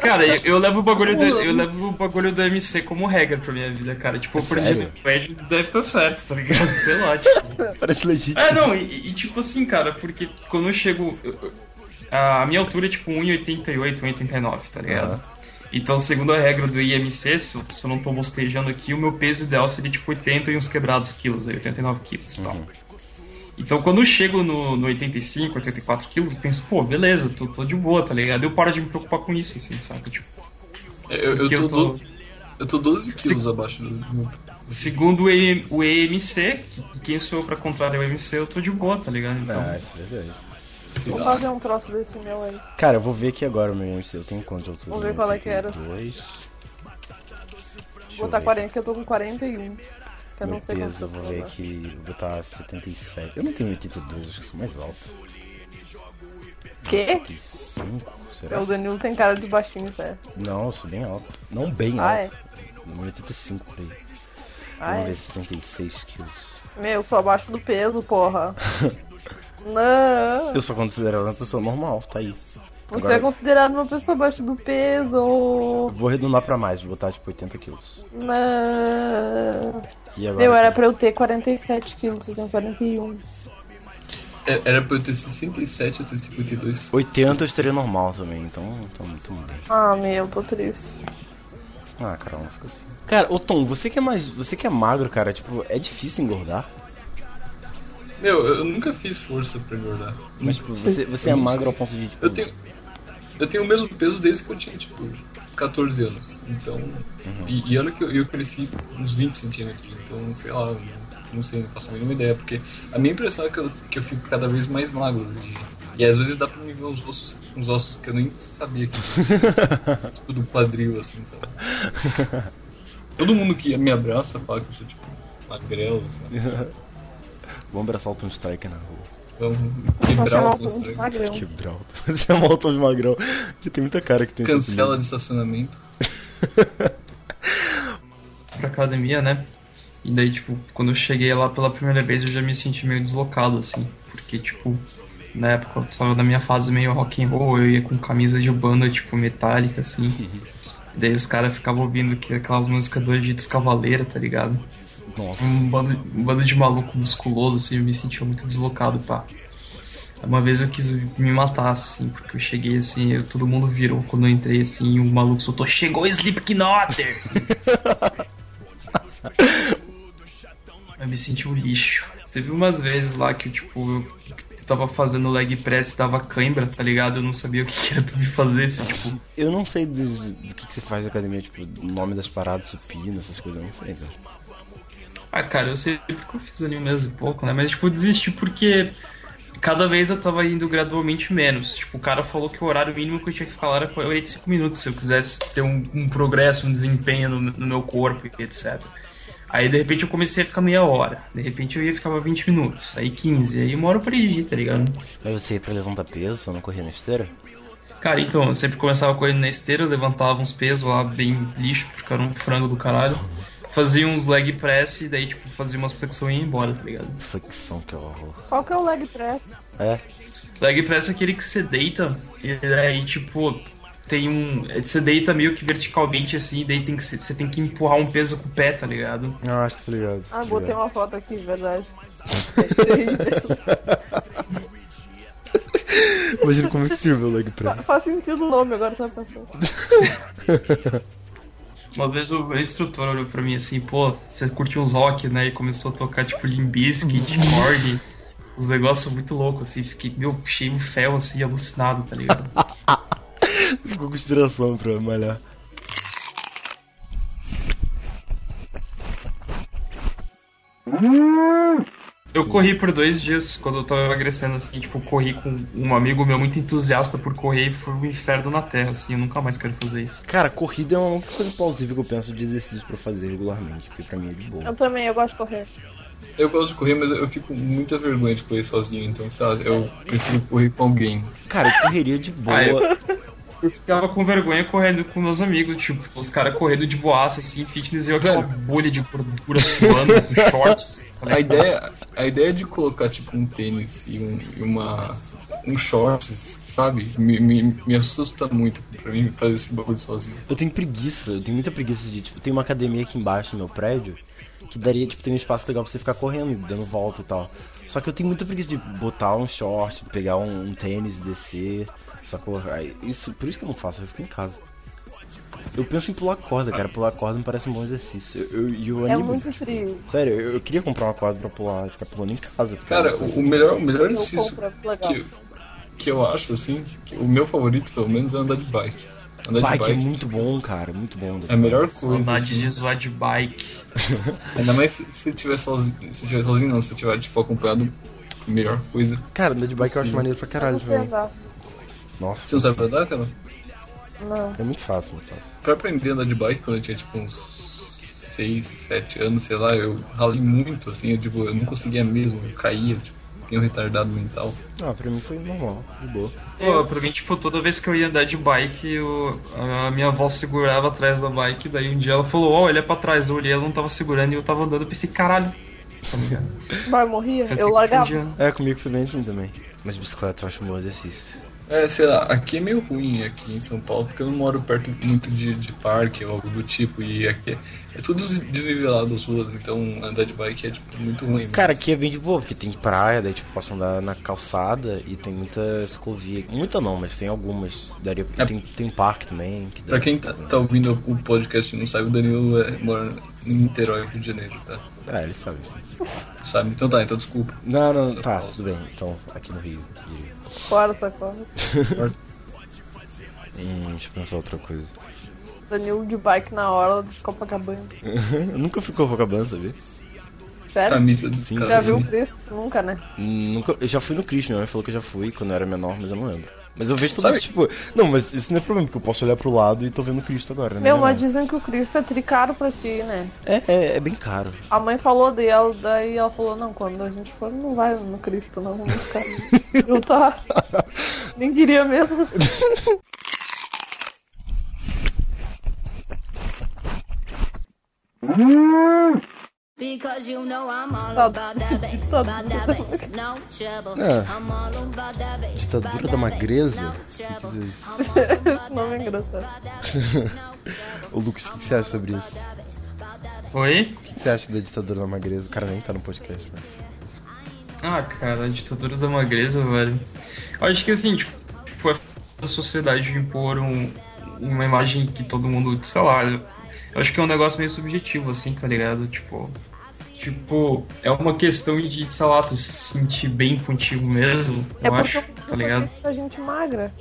S4: Cara, eu, eu levo o bagulho do, eu levo o bagulho do MC como regra pra minha vida, cara. Tipo, eu aprendi
S1: Sério?
S4: no Wikipedia, deve estar certo, tá ligado? Sei lá, tipo.
S1: Parece legítimo.
S4: É, não, e, e tipo assim, cara, porque quando eu chego. eu- eu- A minha altura é tipo 1,88, 1,89, tá ligado? Então, segundo a regra do IMC, se eu, se eu não tô bostejando aqui, o meu peso ideal seria tipo 80 e uns quebrados quilos, aí, 89 quilos e tal. Então, quando eu chego no, no 85, 84 quilos, eu penso, pô, beleza, tô, tô de boa, tá ligado? Eu paro de me preocupar com isso, assim, sabe? Tipo,
S3: Eu, eu,
S4: porque
S3: tô, do- eu tô 12 quilos abaixo do. do-
S4: Segundo o EM o EMC, que quem sou eu pra contrariar o EMC, eu tô de boa, tá ligado? Então,
S1: Ah, isso é verdade.
S3: sei
S2: Vou
S3: lá.
S2: fazer um troço desse meu aí.
S1: Cara, eu vou ver aqui agora o meu IMC. Eu tenho quanto de altura?
S2: Vamos ver qual é que era.
S1: 82. Deixa eu
S2: Vou botar
S1: ver.
S2: 40, que eu tô com 41. Que eu
S1: Meu
S2: não sei
S1: peso, eu
S2: quanto
S1: vou
S2: eu
S1: ver
S2: tô.
S1: aqui. Vou botar 77. Eu não tenho 82, acho que eu sou mais alto.
S2: Quê?
S1: 85, será?
S2: É, O Danilo tem cara de baixinho, sério.
S1: Não, eu sou bem alto. Não bem
S2: Ah,
S1: alto. Um 85 por aí.
S2: Ah,
S1: Vamos
S2: é?
S1: ver 76 quilos.
S2: Meu, sou abaixo do peso, porra. não.
S1: Eu sou considerado uma pessoa normal, tá aí.
S2: Você
S1: Agora-
S2: é considerado uma pessoa abaixo do
S1: Eu
S2: peso.
S1: vou arredondar pra mais, vou botar tipo 80 quilos.
S2: Não.
S1: E agora? tá.
S2: Meu, era pra eu ter 47 quilos, eu tenho 41.
S3: É- Era pra eu ter 67, eu ter 52.
S1: 80 eu estaria normal também, então tô muito bem.
S2: Ah, meu, tô triste.
S1: Ah, cara, não fica assim. Cara, ô Tom, você que é mais. Você que é magro, cara, tipo, é difícil engordar.
S3: Meu, eu nunca fiz força pra engordar.
S1: Mas tipo, você, você é
S3: Eu não
S1: magro ao ponto de tipo.
S3: Eu tenho. Eu tenho o mesmo peso desde que eu tinha, tipo, 14 anos. Então. E, e olha que eu, eu cresci uns 20 centímetros, então, sei lá, eu não sei, não faço a mínima ideia, porque a minha impressão é que eu, que eu fico cada vez mais magro. E, e às vezes dá pra me ver uns ossos, uns ossos que eu nem sabia que existia. tipo do quadril, assim, sabe? Todo mundo que me abraça fala que eu sou, tipo, magrelo, sabe?
S1: Vamos abraçar o Tom Striker na rua. tipo,
S3: Vamos
S2: Só
S3: Então, quebrar
S2: chamar
S3: o
S2: o fundo de
S3: constrangimento.
S2: magrão.
S1: Quebrar o Tom. Você é o Tom de magrão. Que tem muita cara que tem. esse
S3: Cancela
S1: apelido.
S3: de estacionamento.
S4: pra academia, né? E daí, tipo, quando eu cheguei lá pela primeira vez, eu já me senti meio deslocado, assim. Porque, tipo, na época eu tava na minha fase meio rock and roll, eu ia com camisa de banda, tipo, metálica, assim. E daí os caras ficavam ouvindo que- aquelas músicas do Egito Cavaleira, tá ligado?
S1: Nossa.
S4: um bando, um bando de maluco musculoso, assim, eu me sentia muito deslocado, pá. Uma vez eu quis me matar, assim, porque eu cheguei assim, eu- todo mundo virou quando eu entrei assim, e o maluco soltou, chegou Slipknotter! eu me senti um lixo. Teve umas vezes lá que, tipo, eu tava fazendo leg press e dava cãibra, tá ligado? Eu não sabia o que era pra me fazer, assim, tipo,
S1: Eu não sei dos- do que, que você faz na academia, tipo, o nome das paradas, supino, essas coisas, eu não sei, cara.
S4: Ah, cara, eu sei porque eu fiz ali mesmo e pouco, né? Mas, tipo, eu desisti porque cada vez eu tava indo gradualmente menos. Tipo, o cara falou que o horário mínimo que eu tinha que falar era 45 minutos se eu quisesse ter um, um progresso, um desempenho no, no meu corpo e etc. Aí, de repente, eu comecei a ficar meia hora. De repente, eu ia ficar pra 20 minutos. Aí, 15. Aí, uma hora eu perdi, tá ligado?
S1: Mas você ia pra levantar peso, só não corria na esteira?
S4: Cara, então, eu sempre começava correndo na esteira, eu levantava uns pesos lá bem lixo, porque eu era um frango do caralho. Fazia uns leg press e daí, tipo, fazia umas flexões e ia embora, tá ligado?
S1: Flexão, que horror.
S2: Qual que é o leg press?
S1: É,
S4: Leg press é aquele que você deita e aí, tipo, tem um. Você deita meio que verticalmente assim, e daí tem que, ser- você tem que empurrar um peso com o pé, tá ligado?
S1: eu acho que tá ligado.
S2: Ah,
S1: Tá
S2: botei
S1: ligado.
S2: uma foto aqui, verdade.
S1: Imagina como que tinha meu leg
S2: Fa-
S1: press.
S2: Faz sentido o nome agora, sabe? pessoa?
S4: Uma vez o meu instrutor olhou pra mim assim, pô, você curtiu uns rock, né? E começou a tocar, tipo, Limbiskit, Korg, uns negócios muito loucos, assim. Fiquei, meu, cheio um ferro, assim, alucinado, tá ligado?
S1: Ficou com inspiração pra malhar.
S4: Eu corri por dois dias quando eu tava emagrecendo, assim, tipo, corri com um amigo meu muito entusiasta por correr e foi um inferno na terra, assim, eu nunca mais quero fazer isso.
S1: Cara, corrida é uma única coisa plausível que eu penso de exercício pra fazer regularmente, porque pra mim é de boa.
S2: Eu também, eu gosto de correr.
S3: Eu gosto de correr, mas eu fico com muita vergonha de correr sozinho, então, sabe? Eu prefiro correr com alguém.
S1: Cara, eu correria de boa.
S4: Ah, eu- Eu ficava com vergonha correndo com meus amigos, tipo, os caras correndo de boaça, assim, fitness, e eu aquela
S3: Velho.
S4: bolha de gordura suando, com shorts.
S3: A
S4: falei,
S3: ideia, a ideia de colocar, tipo, um tênis e, um, e uma... Um shorts, sabe? Me, me, me assusta muito pra mim fazer esse bagulho sozinho.
S1: Eu tenho preguiça, eu tenho muita preguiça de, tipo, tem uma academia aqui embaixo no meu prédio que daria, tipo, tem um espaço legal pra você ficar correndo, e dando volta e tal. Só que eu tenho muita preguiça de botar um short, pegar um, um tênis, descer, sacou? Aí, Isso, por isso que eu não faço, eu fico em casa. Eu penso em pular corda, cara. Pular corda me parece um bom exercício. Eu, eu, e eu
S2: É
S1: animo.
S2: muito frio.
S1: Sério, eu, eu queria comprar uma corda pra pular, ficar pulando em casa. porque
S3: Cara,
S1: eu não sei
S3: o, o
S1: se-
S3: melhor, o melhor
S2: Eu
S3: exercício
S2: compro, é legal.
S3: que, que eu acho, assim, que o meu favorito, pelo menos, é andar de bike. Andar
S1: Bike
S3: de
S1: é
S3: bike
S1: muito bom, cara, muito bom.
S3: é a melhor coisa.
S4: Saudade
S3: assim.
S4: de zoar de bike.
S3: Ainda mais se, se tiver sozinho, se tiver sozinho não, se tiver, tipo, acompanhado, melhor coisa.
S1: Cara, andar de bike eu acho
S3: Sim.
S1: maneiro pra caralho,
S2: Você
S1: velho.
S2: andar.
S1: Nossa,
S3: Você não sabe andar, cara?
S2: Não.
S1: é muito fácil, muito fácil.
S3: Pra aprender a andar de bike, quando eu tinha, tipo, uns 6, 7 anos, sei lá, eu ralei muito, assim, eu, tipo, eu não conseguia mesmo, eu caía, tipo, tinha um retardado mental.
S1: Ah, pra mim foi normal, de boa.
S4: Pô, pra mim, tipo, toda vez que eu ia andar de bike, eu- a minha avó segurava atrás da bike, daí um dia ela falou, ó, olha pra trás, eu olhei, ela não tava segurando e eu tava andando, eu pensei, caralho. Tá
S2: Mas morria,
S4: pensei
S2: eu
S4: que
S2: largava.
S4: podia.
S1: É, comigo foi bem assim também. Mas bicicleta eu acho um bom exercício.
S3: É, sei lá, aqui é meio ruim aqui em São Paulo, porque eu não moro perto muito de, de parque ou algo do tipo, e aqui é, é tudo des- desnivelado as ruas, então andar de bike é tipo, muito ruim.
S1: Cara, aqui é bem de boa, porque tem praia, daí tipo, posso andar na calçada e tem muita ciclovia. Muita não, mas tem algumas. Daria,
S3: É.
S1: tem, tem um parque também. Que dá-
S3: Pra quem tá, tá ouvindo o podcast e não sabe, o Danilo é, mora em Niterói, Rio de Janeiro, tá?
S1: Ah, eles sabem isso.
S3: Sabe? Então tá, então desculpa.
S1: Não, não,
S3: São
S1: tá,
S3: Paulo.
S1: tudo bem. Então, aqui no Rio.
S2: Fora, sai fora.
S1: Hum, deixa eu pensar outra coisa.
S2: Danilo de bike na hora de Copacabana.
S1: Eu nunca fui Copacabana, sabia?
S2: Sério?
S3: Camisa do
S1: Sim,
S3: cara.
S2: Já Tá viu o preço? Nunca, né?
S1: Nunca, eu já fui no Cristo, minha mãe falou que eu já fui quando eu era menor, mas eu não lembro. Mas eu vejo todo
S3: Sabe-
S1: tipo. Não, mas isso não é problema, porque eu posso olhar pro lado e tô vendo o Cristo agora, né?
S2: Meu,
S1: Não é
S2: mas dizem que o Cristo é tricaro pra ti, né?
S1: nada. é, é, é bem caro.
S2: A mãe falou dela, daí ela falou, não, quando a gente for, não vai no Cristo, não. Não, fica... não tá. Nem queria mesmo.
S5: Because you know I'm all about that bass, about that bass, no trouble.
S1: É.
S5: I'm all about that bass,
S1: Ditadura
S5: about
S1: da
S5: that
S1: magreza?
S5: bass,
S1: O que
S5: no trouble.
S1: que diz isso?
S5: I'm all about that
S2: Esse nome é
S5: bass,
S2: engraçado.
S5: about that bass, no trouble.
S1: Ô Lucas, o que que você acha sobre isso?
S5: About that bass, about that bass,
S4: Oi?
S1: O que que você acha da ditadura da magreza? O cara nem tá no podcast, velho.
S4: Ah, cara, a ditadura da magreza, velho. Eu acho que assim, tipo, foi a sociedade impor um- uma imagem que todo mundo, sei lá, eu eu acho que é um negócio meio subjetivo, assim, tá ligado? Tipo. Tipo, é uma questão de, sei lá, tu se sentir bem contigo mesmo,
S2: É
S4: eu
S2: porque
S4: acho,
S2: o mundo
S4: tá ligado?
S2: pensa a gente magra.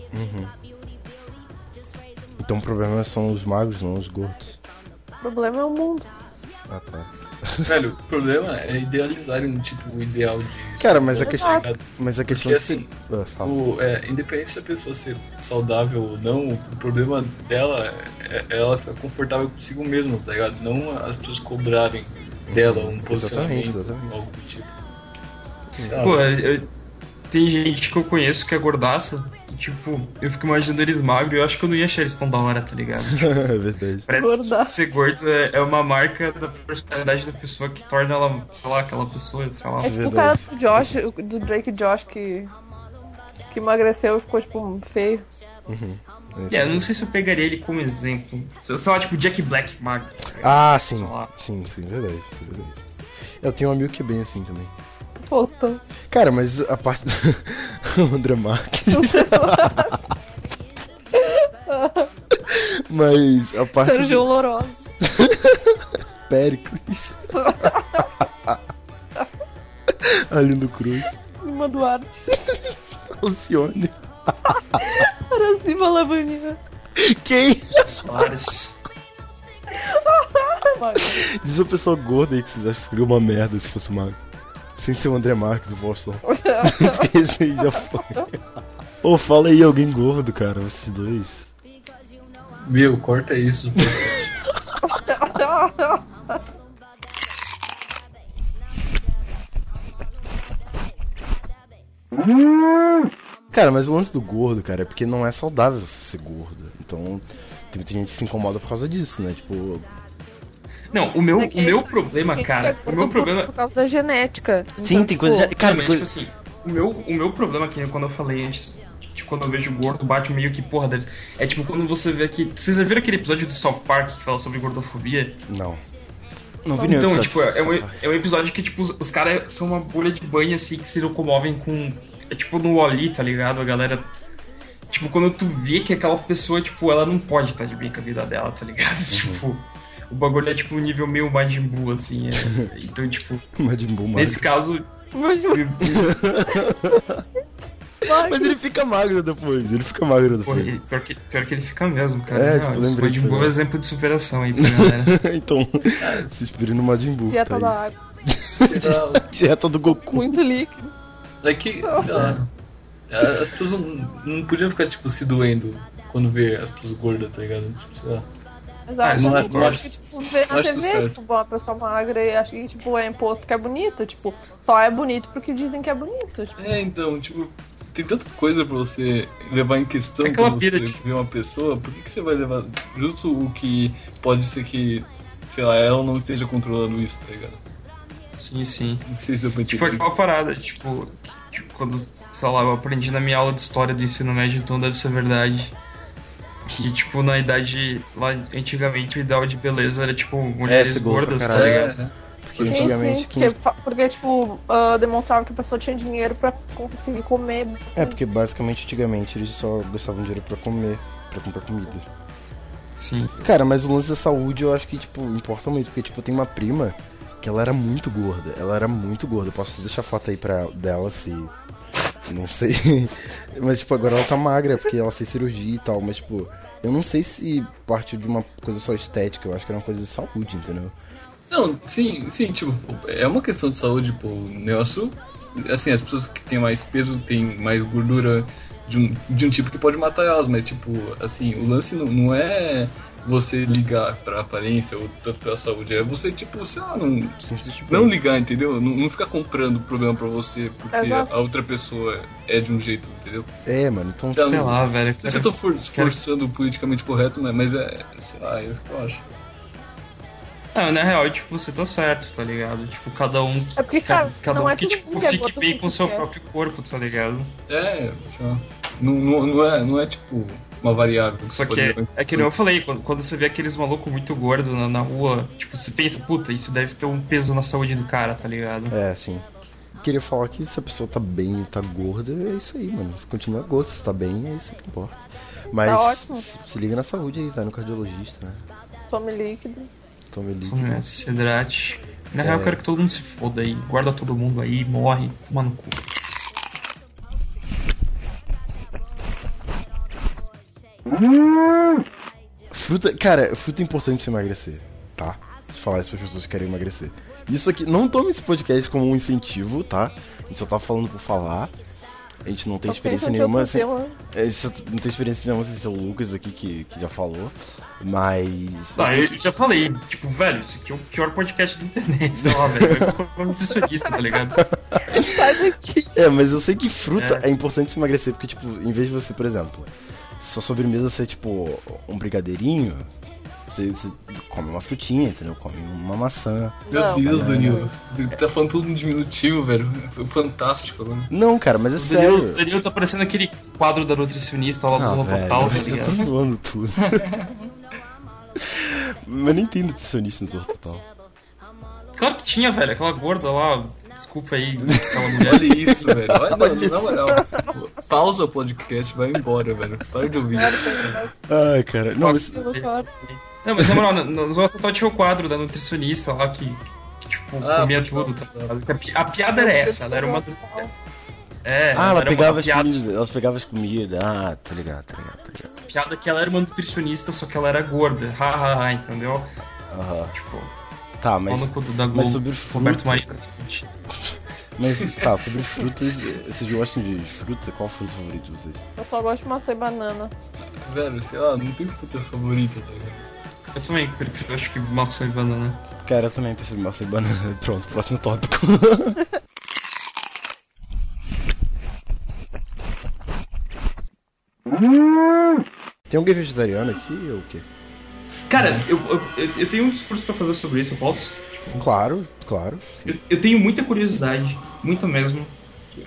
S1: Então o problema são os magros, não os gordos.
S2: O problema é o mundo.
S1: Ah, tá.
S3: Velho, o problema é idealizarem, tipo, o ideal de.
S1: Cara, mas a
S3: Tá
S1: questão-
S3: ligado?
S1: Mas a questão.
S3: Porque assim,
S1: Ah, fala.
S3: o, é, independente da pessoa ser saudável ou não, o problema dela é é ela ficar confortável consigo mesma, tá ligado? Não as pessoas cobrarem dela um posicionamento,
S1: exatamente.
S3: algo do tipo. Ah.
S4: Pô, é. eu- eu- tem gente que eu conheço que é gordaça, e, tipo, eu fico imaginando eles magros e eu acho que eu não ia achar eles tão da hora, tá ligado?
S1: é verdade.
S4: Parece
S2: Gordaço.
S4: que ser gordo é é uma marca da personalidade da pessoa que torna ela, sei lá, aquela pessoa, sei lá.
S2: É tipo o cara do Josh, o- do Drake Josh que. que emagreceu e ficou, tipo, feio.
S4: É, eu não sei se eu pegaria ele como exemplo. Sei sei lá, tipo Jack Black magro.
S1: Ah, sim.
S4: Sei lá.
S1: Sim, sim, é verdade, sim, verdade. Eu tenho um amigo que é bem assim também.
S2: Postou.
S1: Cara, mas a parte do André Marques. mas a parte
S2: Sérgio Lourosa.
S1: do Péricles. Alindo Cruz.
S2: Lima Duarte.
S1: Alcione.
S2: Aracima Labanina.
S1: Quem?
S4: Solares.
S1: Diz uma pessoa gorda aí que vocês acham que seria uma merda se fosse magro. Sem ser o André Marques do Boston. Porque esse aí já foi. Pô, fala aí alguém gordo, cara, vocês dois.
S3: Meu, corta isso.
S1: Cara, mas o lance do gordo, cara, é porque não é saudável você ser gordo. Então, tem muita gente que se incomoda por causa disso, né? Tipo,
S4: Não, o meu,
S2: É que-
S4: o meu problema,
S2: Gente,
S4: cara.
S2: é
S4: O meu
S2: por-
S4: problema.
S2: Por causa da genética. Então, tipo,
S4: Cara, mas, tipo assim, o meu, o meu problema que quando eu falei antes, tipo, quando eu vejo gordo, bate meio que porra deles. É tipo quando você vê aqui. Vocês já viram aquele episódio do South Park que fala sobre gordofobia?
S1: Não. Não
S2: vi
S4: Então, tipo, é um, é um episódio que, tipo, os, os caras são uma bolha de banho, assim, que se locomovem com... É tipo no Wally, tá ligado? A galera... Tipo, quando tu vê que aquela pessoa, tipo, ela não pode estar de bem com a vida dela, tá ligado?
S1: Uhum.
S4: Tipo, o bagulho é, tipo, um nível meio Majin Buu, assim. é. Então, tipo,
S1: Majin Buu
S4: nesse
S1: magro.
S4: caso...
S2: Majin
S1: Mas ele fica magro depois, ele fica magro
S4: Porra,
S1: depois.
S4: ele- pior, que, pior que ele fica mesmo, cara.
S1: É,
S4: Ah,
S1: tipo,
S4: esse
S1: lembrei
S4: Majin
S1: disso
S4: Buu é
S1: agora.
S4: exemplo de superação aí pra galera.
S1: então, se inspira no Majin Buu.
S2: Dieta
S1: tá
S2: da
S1: aí.
S2: água.
S3: Será?
S1: Dieta do Goku.
S2: Muito líquido.
S3: tá- É que, sei lá, as pessoas não, não podiam ficar, tipo, se doendo quando vê as pessoas gordas, tá ligado? Tipo, sei lá.
S2: Mas
S4: Ah,
S2: acho
S3: não é
S2: que,
S3: forte.
S2: acho que, tipo, vê na
S3: Acho
S2: TV,
S3: certo.
S2: tipo, uma pessoa magra e acho que, tipo, é imposto que é bonita. Tipo, só é bonito porque dizem que é bonito. Tipo,
S3: É, então, tipo, tem tanta coisa pra você levar em questão
S4: É aquela
S3: quando
S4: pira
S3: você
S4: de-
S3: vê uma pessoa, por que, que você vai levar justo o que pode ser que, sei lá, ela não esteja controlando isso, tá ligado?
S4: sim, sim.
S3: Não sei se eu entendi.
S4: Tipo aquela parada, tipo, tipo, quando, sei lá, eu aprendi na minha aula de história do ensino médio, então deve ser verdade. Que, tipo, na idade, lá antigamente, o ideal de beleza era, tipo, mulheres
S1: ser gordo É, pra
S4: gordas, tá
S1: caralho.
S4: ligado?
S3: É.
S1: Porque antigamente.
S2: porque,
S1: quem-
S2: fa- porque, tipo, ah, demonstrava que a pessoa tinha dinheiro pra conseguir comer.
S1: É, porque basicamente antigamente eles só gastavam dinheiro pra comer, pra comprar comida.
S4: Sim.
S1: Cara, mas o lance da saúde eu acho que, tipo, importa muito, porque, tipo, eu tenho uma prima que ela era muito gorda, ela era muito gorda, eu posso deixar a foto aí pra dela se... Não sei, mas, tipo, agora ela tá magra, porque ela fez cirurgia e tal, mas, tipo, eu não sei se partiu de uma coisa só estética, eu acho que era uma coisa de saúde, entendeu?
S3: Não, sim, sim, tipo, é uma questão de saúde, pô. O negócio, assim, as pessoas que têm mais peso têm mais gordura de um, de um tipo que pode matar elas, mas, tipo, assim, o lance não, não é você ligar pra aparência ou tanto pra saúde, é você, tipo, sei lá, não,
S1: Sem se, tipo,
S3: não ligar, entendeu? Não, não ficar comprando problema pra você porque
S2: Exato.
S3: a outra pessoa é de um jeito, entendeu?
S1: É, mano, então...
S3: Já-
S4: Sei lá, velho.
S3: Se eu tô for, forçando o politicamente correto, mas- mas é, sei lá, é isso que eu acho.
S4: Não, na real, tipo, você tá certo, tá ligado? Tipo, cada um.
S2: É porque, cara,
S4: cada
S2: não
S4: um
S2: é
S4: que,
S2: todo
S4: tipo,
S2: mundo que é
S4: fique
S2: gordo
S4: bem
S2: que
S4: com o seu
S2: quer.
S4: próprio corpo, tá ligado?
S3: É, sei lá. Não, não, não é, não é tipo uma variável.
S4: Só que
S3: Pode-
S4: é, é que nem eu falei, quando, quando você vê aqueles malucos muito gordos na, na rua, tipo, você pensa, puta, isso deve ter um peso na saúde do cara, tá ligado?
S1: É, sim. Queria falar que se a pessoa tá bem e tá gorda, é isso aí, mano. Continua gordo, se tá bem, é isso que importa. Mas
S2: Tá ótimo.
S1: Se, se liga na saúde aí, vai no cardiologista, né?
S2: Tome líquido.
S1: Tome líquido.
S4: Né, se hidrate. Na
S1: É.
S4: real, eu quero que todo mundo se foda aí. Guarda todo mundo aí, morre, toma no cu.
S1: Fruta, cara, fruta é importante pra você emagrecer, tá? Deixa eu falar isso pras pessoas que querem emagrecer. Isso aqui, não tome esse podcast como um incentivo, tá? A gente só tá falando por falar. A gente não tem
S2: Só
S1: experiência
S2: pensa Tá de
S1: nenhuma.
S2: outro
S1: sem-
S2: tema.
S1: é, isso não tem experiência nenhuma sem ser o Lucas aqui que, que já falou. Mas.
S4: Tá, eu já falei, tipo, velho, isso aqui é o pior podcast da internet, sei lá, velho. Eu vou pra nutricionista, tá ligado?
S2: Sai daqui.
S1: É, mas eu sei que fruta é,
S4: É.
S1: importante se emagrecer, porque, tipo, em vez de você, por exemplo, sua sobremesa ser, tipo, um brigadeirinho, você, você come uma frutinha, entendeu? Come uma maçã.
S3: Meu
S2: Não,
S3: Deus,
S1: cara.
S3: Danilo. Tu tá falando tudo no diminutivo, velho. Foi fantástico né? agora.
S1: Não, cara, mas é
S4: O Danilo,
S1: sério.
S4: Danilo tá parecendo aquele quadro da nutricionista lá do
S1: Ah, velho,
S4: Robotal, tá
S1: você tá
S4: ligado?
S1: zoando tudo. mas nem tem nutricionista no Zorro Total.
S4: Claro que tinha, velho, aquela gorda lá, desculpa aí, aquela mulher.
S3: Olha isso, velho. Olha,
S1: Olha
S3: não, na moral. Pausa o podcast, vai embora, velho. Para de ouvir.
S1: Ai, cara, não, mas...
S4: Não, mas na moral, no- no Zorro Total tinha o quadro da nutricionista lá que, que tipo,
S3: Ah,
S4: comia
S3: pode
S4: tudo. Tá?
S3: falar.
S4: ligado? A pi- A piada era essa, ela era uma. É,
S1: Ah, ela
S4: era
S1: pegava
S4: uma
S1: as
S4: piada,
S1: comidas, ela pegava as comidas. Ah, tô ligado, tô ligado, tô ligado.
S4: piada que ela era uma nutricionista, só que ela era gorda. Ha, ha, ha, entendeu?
S1: Aham.
S4: Tipo,
S1: Tá,
S4: mas,
S1: mas...
S4: no cu do- da Globo.
S1: Mas sobre fruta,
S4: Roberto Maicon.
S1: Mas tá, sobre frutas, eh, vocês gostam de fruta? Qual a fruta favorita de vocês?
S2: Eu só gosto de maçã e banana.
S3: Velho, sei lá, não tem fruta favorita, tá ligado?
S4: Eu também prefiro, acho que maçã e banana.
S1: Cara, eu também prefiro maçã e banana. Pronto, próximo tópico. Tem alguém vegetariano aqui ou o quê?
S4: Cara, eu, eu- eu, eu tenho um discurso pra fazer sobre isso, eu posso?
S1: Claro, claro. sim.
S4: Eu, eu tenho muita curiosidade, muita mesmo,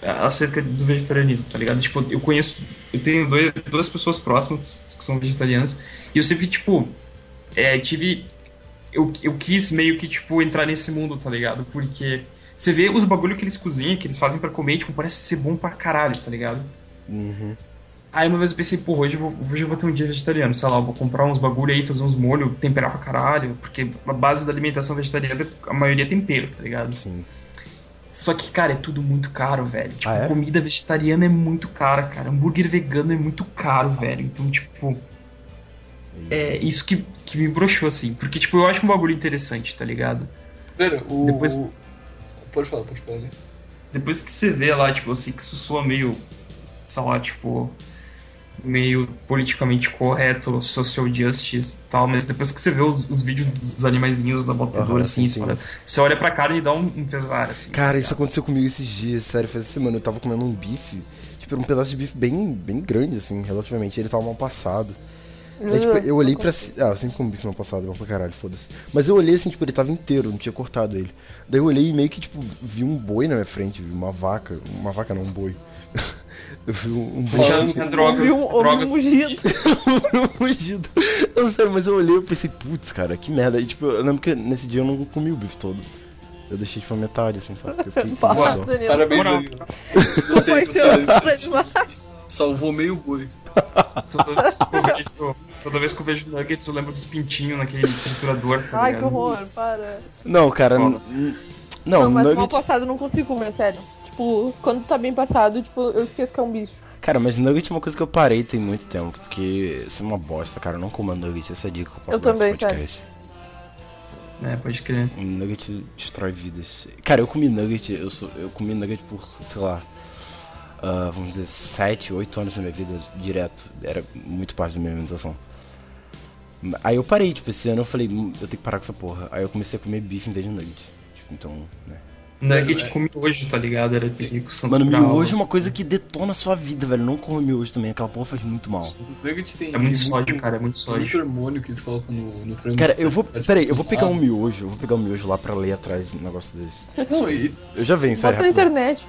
S4: a- É acerca do vegetarianismo, tá ligado? Tipo, eu conheço, eu tenho dois, duas pessoas próximas que são vegetarianas, e eu sempre, tipo, é, tive. Eu, eu quis meio que, tipo, entrar nesse mundo, tá ligado? Porque você vê os bagulho que eles cozinham, que eles fazem pra comer, tipo, parece ser bom pra caralho, tá ligado?
S1: Uhum.
S4: Aí uma vez eu pensei, porra, hoje eu, vou, hoje eu vou ter um dia vegetariano, sei lá, eu vou comprar uns bagulho aí, fazer uns molhos, temperar pra caralho, porque a base da alimentação vegetariana, a maioria é tempero, tá ligado?
S1: Sim.
S4: Só que, cara, é tudo muito caro, velho. Tipo,
S1: Ah, é?
S4: comida vegetariana é muito cara, cara. Hambúrguer vegano é muito caro, velho. Então, tipo, é isso que, que me broxou, assim. Porque, tipo, eu acho um bagulho interessante, tá ligado?
S3: Velho, o.
S4: Depois-
S3: Pode falar, pode falar. né?
S4: Depois que você vê lá, tipo, eu sei que isso soa meio, sei lá, tipo, meio politicamente correto, social justice e tal, mas depois que você vê os, os vídeos dos animaizinhos da batedora,
S1: Aham,
S4: assim,
S1: sim,
S4: você
S1: sim.
S4: olha- você olha pra cara e dá um, um pesar, assim.
S1: Cara, isso aconteceu comigo esses dias, sério, faz semana. Eu tava comendo um bife, tipo, era um pedaço de bife bem, bem grande, assim, relativamente. Ele tava mal passado. Aí, tipo, eu olhei pra. ci- Ah, eu sempre comi bife no passado, bom pra caralho, foda-se. Mas eu olhei assim, tipo, ele tava inteiro, não tinha cortado ele. Daí eu olhei e meio que, tipo, vi um boi na minha frente, vi uma vaca. Uma vaca não, um boi. Eu vi um, um boi
S4: Já
S1: assim,
S4: tem drogas,
S2: Ouvi um- ouvi um
S4: drogas.
S2: mugido.
S1: fugido. Não, sério, mas eu olhei e pensei, putz, cara, que merda. E tipo, eu lembro que nesse dia eu não comi o bife todo. Eu deixei, tipo, a metade, assim, sabe? Porque eu fiquei com
S2: Para,
S1: dó.
S2: Danilo.
S3: Parabéns,
S4: Moral.
S3: Danilo.
S2: Não É, foi seu animal.
S3: Salvou meio boi.
S4: Toda vez, que eu vejo, toda vez que eu vejo nuggets, eu lembro dos pintinhos naquele triturador. Tá
S2: Ai, que
S4: ligado?
S2: horror, para.
S1: Não, cara.
S4: Foda.
S1: n-
S2: Não,
S1: Não, é
S2: mas mal
S1: nugget.
S2: passado eu não consigo comer, sério. Tipo, quando tá bem passado, tipo, eu esqueço que é um bicho.
S1: Cara, mas nugget é uma coisa que eu parei tem muito tempo, porque isso é uma bosta, cara. Eu não como nugget, essa é a dica que eu posso
S2: Eu
S1: dar nesse
S2: também,
S1: podcast.
S4: É, pode crer.
S1: O Um nugget destrói vidas. Cara, eu comi nugget, eu, sou, eu comi nugget por, sei lá, ah, vamos dizer, 7, 8 anos da minha vida direto. Era muito parte da minha alimentação. Aí eu parei, tipo, esse ano eu falei, "Hum, eu tenho que parar com essa porra. Aí eu comecei a comer bife em vez de nugget. Tipo, então, né.
S4: Nugget
S3: Velho,
S4: com miojo, tá ligado? Era perigo.
S1: Mano, miojo é uma coisa que detona a sua vida, velho. Não coma miojo também, aquela porra faz muito mal.
S3: O nugget tem.
S4: É muito
S3: tem
S4: sódio, cara, é muito
S3: tem muito
S4: sódio.
S3: hormônio que eles colocam no, no frango.
S1: Cara, eu vou. Peraí, eu vou pegar um
S3: Ah,
S1: miojo, eu vou pegar um miojo lá pra ler atrás um negócio desse.
S3: Não, e
S1: Eu já venho, sério,
S2: Bota na
S1: rapidão.
S2: internet.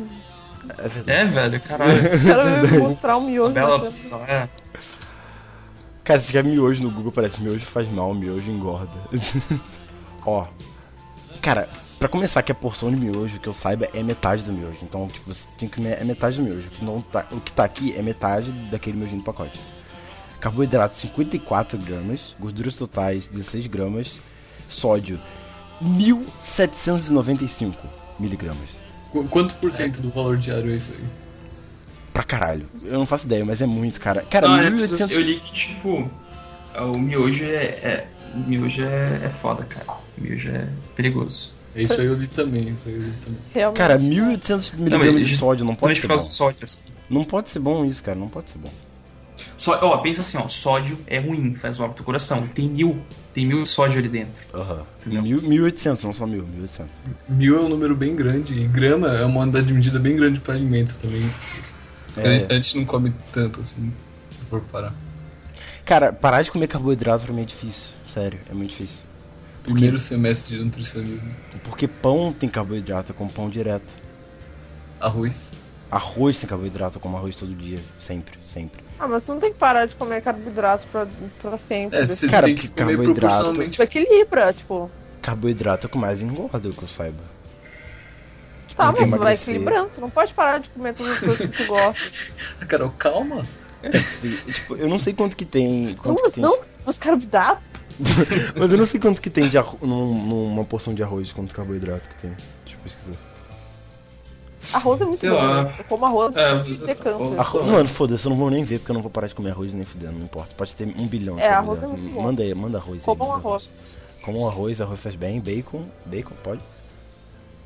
S1: É verdade.
S4: É, velho, caralho.
S2: O cara veio mostrar um miojo.
S4: Bela
S2: na
S4: opção, é.
S1: Cara, se tiver miojo no Google, parece miojo faz mal, miojo engorda. Ó. Cara, pra começar, que a porção de miojo que eu saiba é metade do miojo. Então, tipo, você tem que comer é metade do miojo. O que, não tá, o que tá aqui é metade daquele miojo no pacote. Carboidrato 54 gramas, gorduras totais 16 gramas, sódio 1795 miligramas.
S3: Qu- Quanto por cento do valor diário é isso aí?
S1: Pra caralho. Eu não faço ideia, mas é muito, cara. Cara,
S4: Não, é,
S1: 1800...
S4: Eu li que, tipo, o miojo é. é o miojo é, é foda, cara. O miojo é perigoso.
S3: É isso aí eu li também, isso aí eu li também.
S2: Realmente.
S1: Cara, 1800 miligramas de
S4: just-
S1: sódio não pode
S4: Principalmente
S1: ser
S4: por causa
S1: bom.
S4: do sódio, assim.
S1: Não pode ser bom isso, cara. Não pode ser bom.
S4: Só, ó, pensa assim, ó, sódio é ruim, faz mal pro teu coração. Tem mil, tem mil de sódio ali dentro.
S1: Aham.
S4: Entendeu?
S1: Mil- 1800, não só mil, 1800.
S3: Mil é um número bem grande, e grama é uma unidade de medida bem grande pra alimento também. isso- A,
S1: É.
S3: a gente não come tanto assim, se for parar.
S1: Cara, parar de comer carboidrato pra mim é difícil. Sério, é muito difícil.
S3: Primeiro semestre de nutricionismo.
S1: Porque pão tem carboidrato, eu como pão direto.
S3: Arroz.
S1: Arroz tem carboidrato, eu como arroz todo dia. Sempre, sempre.
S2: Ah, mas você não tem que parar de comer carboidrato pra, pra sempre.
S3: É, você
S1: Cara,
S3: tem que
S1: porque
S3: comer
S1: carboidrato-
S3: proporcionalmente.
S2: Tipo, equilibra, tipo.
S1: Carboidrato é o que mais engorda, que eu saiba. Tipo,
S2: Tá,
S1: tem que
S2: mas tu vai
S1: emagrecer.
S2: equilibrando. Você não pode parar de comer todas as coisas que tu gosta.
S3: Ah, Carol, calma.
S1: Tem- tipo, eu não sei quanto que tem.
S2: Não,
S1: Quanto assim? que
S2: mas
S1: tem
S2: não, os carboidratos.
S1: Mas eu não sei quanto que tem de arro... num- numa porção de arroz, quanto carboidrato que tem. Deixa eu pesquisar.
S2: Arroz é muito
S4: Sei
S2: bom.
S4: lá.
S2: né? Eu como arroz
S4: É,
S2: antes de ter câncer.
S1: Arro... Mano, foda-se, eu não vou nem ver porque eu não vou parar de comer arroz nem fudendo, não importa. Pode ter um bilhão de
S2: É, arroz
S1: carboidratos.
S2: é muito bom.
S1: Manda aí, manda arroz
S2: Como
S1: aí.
S2: um
S1: manda
S2: arroz.
S1: Como um arroz, arroz faz bem, bacon. Bacon, pode?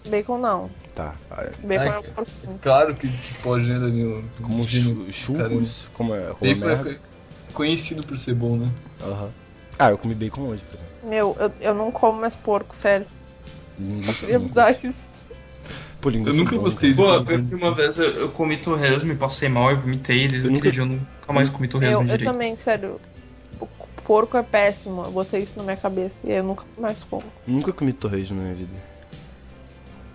S2: Bacon não.
S1: Tá. Ah,
S2: Bacon
S3: Ai,
S2: é um porquinho.
S3: Claro que que pode, né, Danilo?
S1: Como
S3: Gênio.
S1: chu- churros, como é como é
S3: Bacon
S1: merda.
S3: é co- conhecido por ser bom, né?
S1: Aham. Ah, eu comi bacon hoje, por exemplo.
S2: Meu, eu, eu não como mais porco, sério.
S1: Linguiça.
S4: Hum.
S2: Eu ia usar isso.
S1: Pô, linguiça
S3: Eu nunca
S1: é bom,
S3: gostei
S1: cara.
S4: Pô, eu- eu- uma vez eu, eu comi torresmo e passei mal, eu vomitei, desde
S1: Eu nunca-
S4: aquele dia eu nunca mais comi torresmo
S2: Eu, eu
S4: direito.
S2: também, sério. O porco é péssimo. Eu botei isso na minha cabeça e eu nunca mais como.
S1: Nunca comi torresmo na minha vida.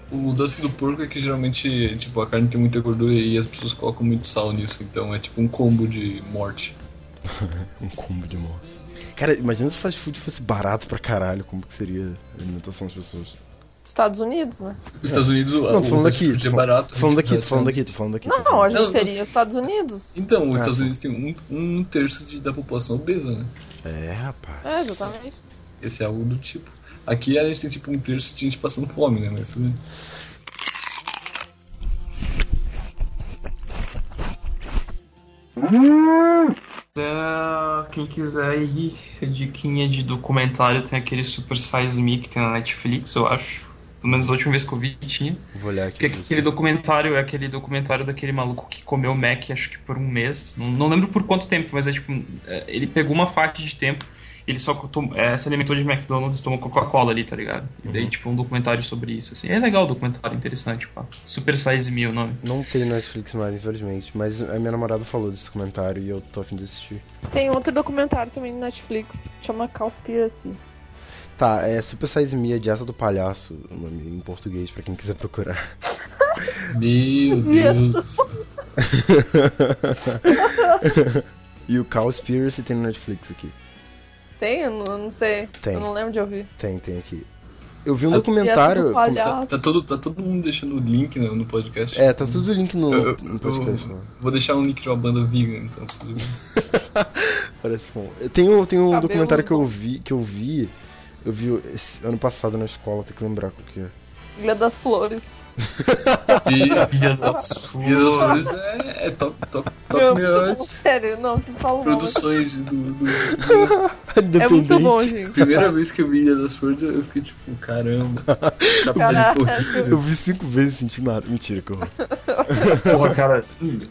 S3: O doce do porco é que geralmente, tipo, a carne tem muita gordura e as pessoas colocam muito sal nisso, então é tipo um combo de morte.
S1: Um combo de morro. Cara, imagina se o fast food fosse barato pra caralho, como que seria a alimentação das pessoas?
S2: Estados Unidos, né?
S3: Os Estados Unidos,
S1: Não, tô
S3: o
S1: falando
S3: fast
S1: aqui.
S3: food é
S1: tô-
S3: barato.
S1: tô falando
S3: a gente
S1: aqui, tô
S3: tá
S1: falando
S3: achando.
S1: aqui, tô falando aqui. tô
S2: Não,
S1: falando
S2: a
S1: aqui.
S2: gente
S3: Não,
S2: seria os Estados Unidos.
S3: Então, os
S1: Ah,
S3: Estados
S1: sim.
S3: Unidos tem um, um terço de- da população obesa, né?
S1: É, rapaz.
S2: É, exatamente.
S3: Esse é algo do tipo. Aqui a gente tem tipo um terço de gente passando fome, né? Mas tudo bem.
S4: É, quem quiser ir, a diquinha de documentário tem aquele Super Size Me que tem na Netflix, eu acho. Pelo menos a última vez que eu vi tinha.
S2: É.
S1: Vou olhar aqui.
S4: Porque
S1: pra
S4: aquele
S1: você.
S4: documentário é aquele documentário daquele maluco que comeu Mac, acho que por um mês. Não, não lembro por quanto tempo, mas é tipo. é, Ele pegou uma faixa de tempo, ele só tom- é, se alimentou de McDonald's e tomou Coca-Cola ali, tá ligado? E daí, tipo, um documentário sobre isso. Assim. É legal o documentário, interessante, pá. Super Size Me é o nome.
S1: Não tem Netflix mais, infelizmente. Mas a minha namorada falou desse comentário e eu tô afim de assistir.
S2: Tem outro documentário também no Netflix que chama Cowspiracy.
S1: Tá, é Super Size Me, a dieta do palhaço, o nome em português, pra quem quiser procurar.
S3: Meu Deus.
S1: E o Cowspiracy tem no Netflix aqui.
S2: Tem? Eu não, eu não sei.
S1: Tem.
S2: Eu não lembro de ouvir.
S1: Tem, tem aqui. Eu vi um
S2: A
S1: documentário.
S2: Dieta do Palhaço.
S3: tá, tá todo, tá todo mundo deixando o link né, no podcast.
S1: É, tá tudo o link no,
S3: Eu- eu-
S1: no podcast.
S3: eu
S1: né?
S3: Vou deixar um link de uma banda vegan, então pra vocês verem.
S1: Parece bom. Tem um, tem um
S2: Cabelo
S1: documentário que eu vi, que eu vi. Eu vi esse ano passado na escola, tem que lembrar qual que é.
S2: Ilha das Flores.
S3: E
S4: Filha das
S3: e as flores é, é top, top, top
S2: Meu,
S3: melhores
S2: não, sério, não, se fala mal. mas-
S3: produções de- do, do-
S2: É
S1: Independente.
S2: muito bom, gente.
S3: Primeira vez que eu vi Ilha das Flores, eu fiquei tipo, caramba.
S2: Caraca.
S1: Eu vi cinco vezes e senti nada. Mentira, que horror.
S4: Porra, cara.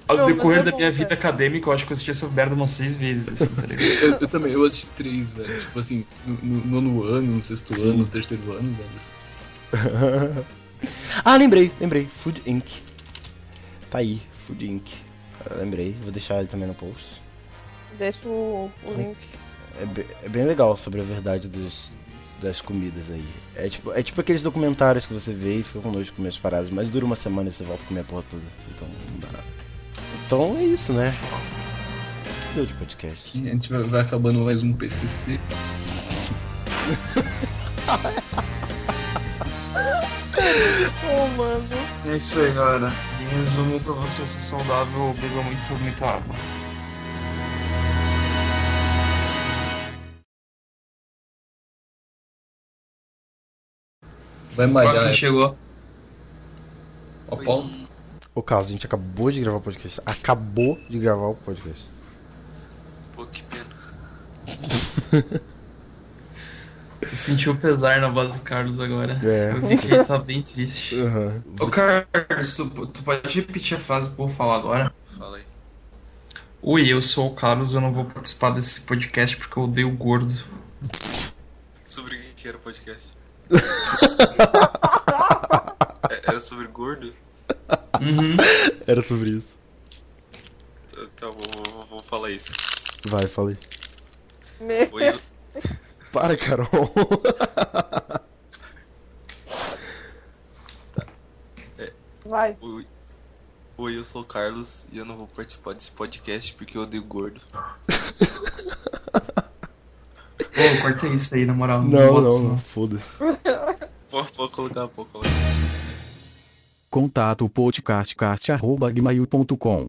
S4: Ao
S2: Não, mas
S4: decorrer
S2: é
S4: da
S2: bom,
S4: minha vida
S2: cara.
S4: acadêmica, eu acho que eu assisti essa merda umas seis vezes, assim, tá ligado?
S3: Eu, eu também, eu assisti três, velho. Tipo assim, no, no nono ano, no sexto ano, no terceiro ano, velho.
S1: ah, lembrei, lembrei. Food Inc. Tá aí, Food Inc. Ah, Lembrei, vou deixar ele também no post.
S2: Deixa o, o link.
S1: É, be- é bem legal sobre a verdade dos das comidas aí. É tipo, é tipo aqueles documentários que você vê e fica com nojo de comer as paradas, mas dura uma semana e você volta a comer a porra toda. Então não dá nada. Então é isso, né? Que deu de podcast.
S3: Aqui a gente vai, vai acabando mais um PCC.
S2: Oh, mano.
S4: É isso aí, galera. Em resumo, pra você ser saudável, beba muito, muita água.
S3: Vai
S4: Olha
S3: malhar.
S4: quem chegou.
S3: Ó, Paulo.
S1: Ô Carlos, a gente acabou de gravar o podcast. Acabou de gravar o podcast.
S4: Pô, que pena. Sentiu um pesar na voz do Carlos agora.
S1: É.
S4: Eu vi que ele tá bem triste.
S1: Aham.
S4: Ô, Carlos, tu, tu pode repetir a frase por falar agora?
S3: Fala aí.
S4: Oi, eu sou o Carlos, eu não vou participar desse podcast porque eu odeio gordo.
S3: Sobre o que que era o podcast? É- era sobre gordo?
S4: Uhum.
S1: Era sobre isso.
S3: Tá- Tá, vou, vou- vou, vou falar isso.
S1: Vai, falei.
S2: Meu.
S3: Oi, eu-
S1: Para, Carol.
S2: Vai.
S3: oi, oi, eu sou o Carlos e eu não vou participar desse podcast porque eu odeio gordo.
S4: Pô, corta isso aí, na moral. assim.
S1: não,
S4: bota
S1: não,
S4: isso,
S1: não. Foda-se.
S3: Pode, pode colocar, pode colocar.
S6: Contato podcastcast.gmail.com